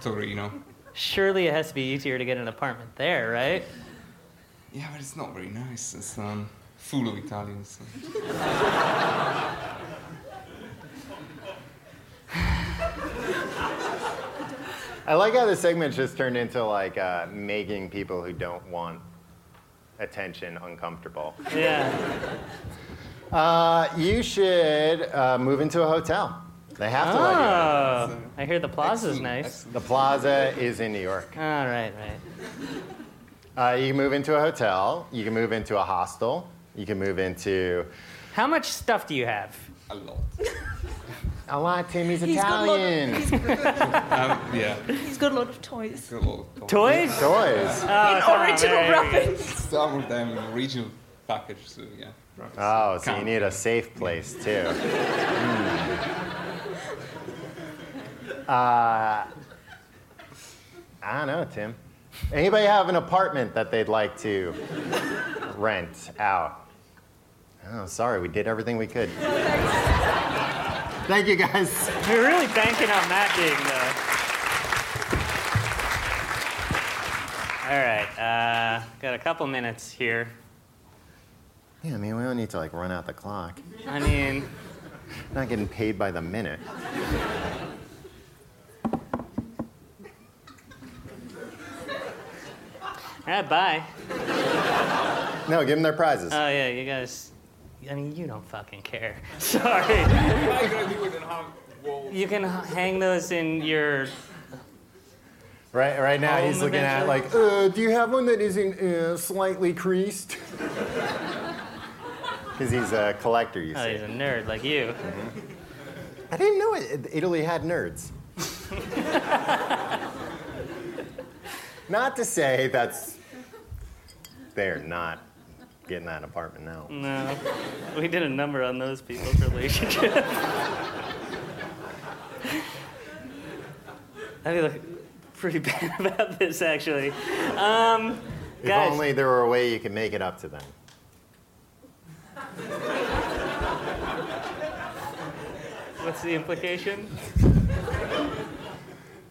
Torino.
Surely it has to be easier to get an apartment there, right?
Yeah, but it's not very nice. It's um, full of Italians.
I like how the segment's just turned into like uh, making people who don't want attention uncomfortable.
Yeah.
Uh, you should uh, move into a hotel. They have to let you.
Oh, I hear the plaza's nice.
The plaza is in New York.
All right, right.
Uh, you can move into a hotel. You can move into a hostel. You can move into
How much stuff do you have?
A lot.
a lot. Timmy's
He's got a lot of-
Italian.
Um, yeah.
He's got a lot of toys.
A lot of
Toys?
Toys.
Oh,
In
Tom,
original
there we go.
wrapping.
Some of them in regional package, so yeah.
Oh, so you
Count.
need a safe place too. Hmm. uh, I don't know, Tim. Anybody have an apartment that they'd like to rent out? Oh, sorry, we did everything we could. Thank you guys.
We're really banking on that being though. All right, uh, got a couple minutes here.
Yeah, I mean, we don't need to like run out the clock.
I mean,
Not getting paid by the minute.
all right, bye.
No, give them their prizes.
Oh yeah, you guys. I mean, you don't fucking care. Sorry. You can h- hang those in your.
Right, right now he's
Home
looking at like, uh, do you have one that isn't uh, slightly creased? Because he's a collector, you
Oh,
see.
he's a nerd like you.
I didn't know it, Italy had nerds. not to say that's they're not getting that apartment now.
No, we did a number on those people's relationship. I feel like pretty bad about this actually. Um,
If
guys,
only there were a way you could make it up to them.
what's the implication?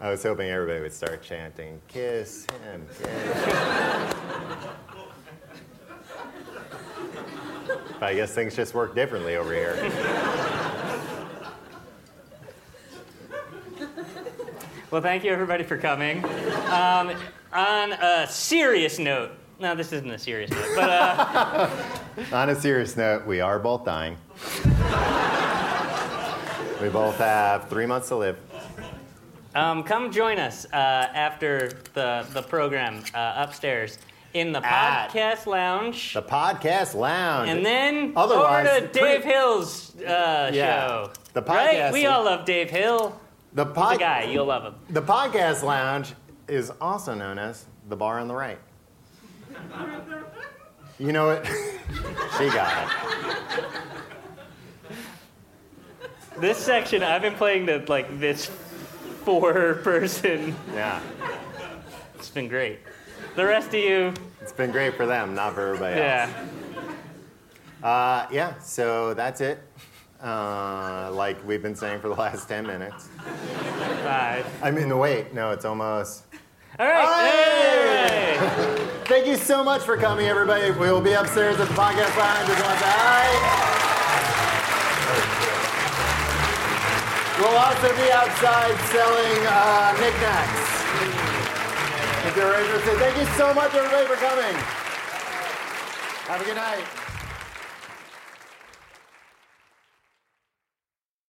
I was hoping everybody would start chanting, "Kiss him, kiss." him." But I guess things just work differently over here.
Well, thank you everybody for coming. Um, on a serious note, no, this isn't a serious note, but uh,
On a serious note, we are both dying. we both have three months to live.
um, come join us uh, after the the program uh, upstairs in the
At-
podcast lounge.
The podcast lounge.
And then
Otherwise,
over to
pretty-
Dave Hill's uh,
Yeah.
show.
The
Right?
podcast-
We all love Dave Hill.
the,
He's
pod-
a guy. You'll love him.
the podcast lounge is also known as the bar on the right. You know it. she got it.
This section, I've been playing the like this four person.
Yeah,
It's been great. The rest of you,
it's been great for them, not for everybody else.
yeah.
Uh, yeah. So that's it. Uh, like we've been saying for the last ten minutes.
Bye.
I mean, no, wait. No, it's almost.
All right.
Hey!
Yay!
Thank you so much for coming, everybody. We will be upstairs at the podcast lounge. If you want to- all right. We'll also be outside selling uh, knickknacks. If you're interested, thank you so much, everybody, for coming. Have a good night.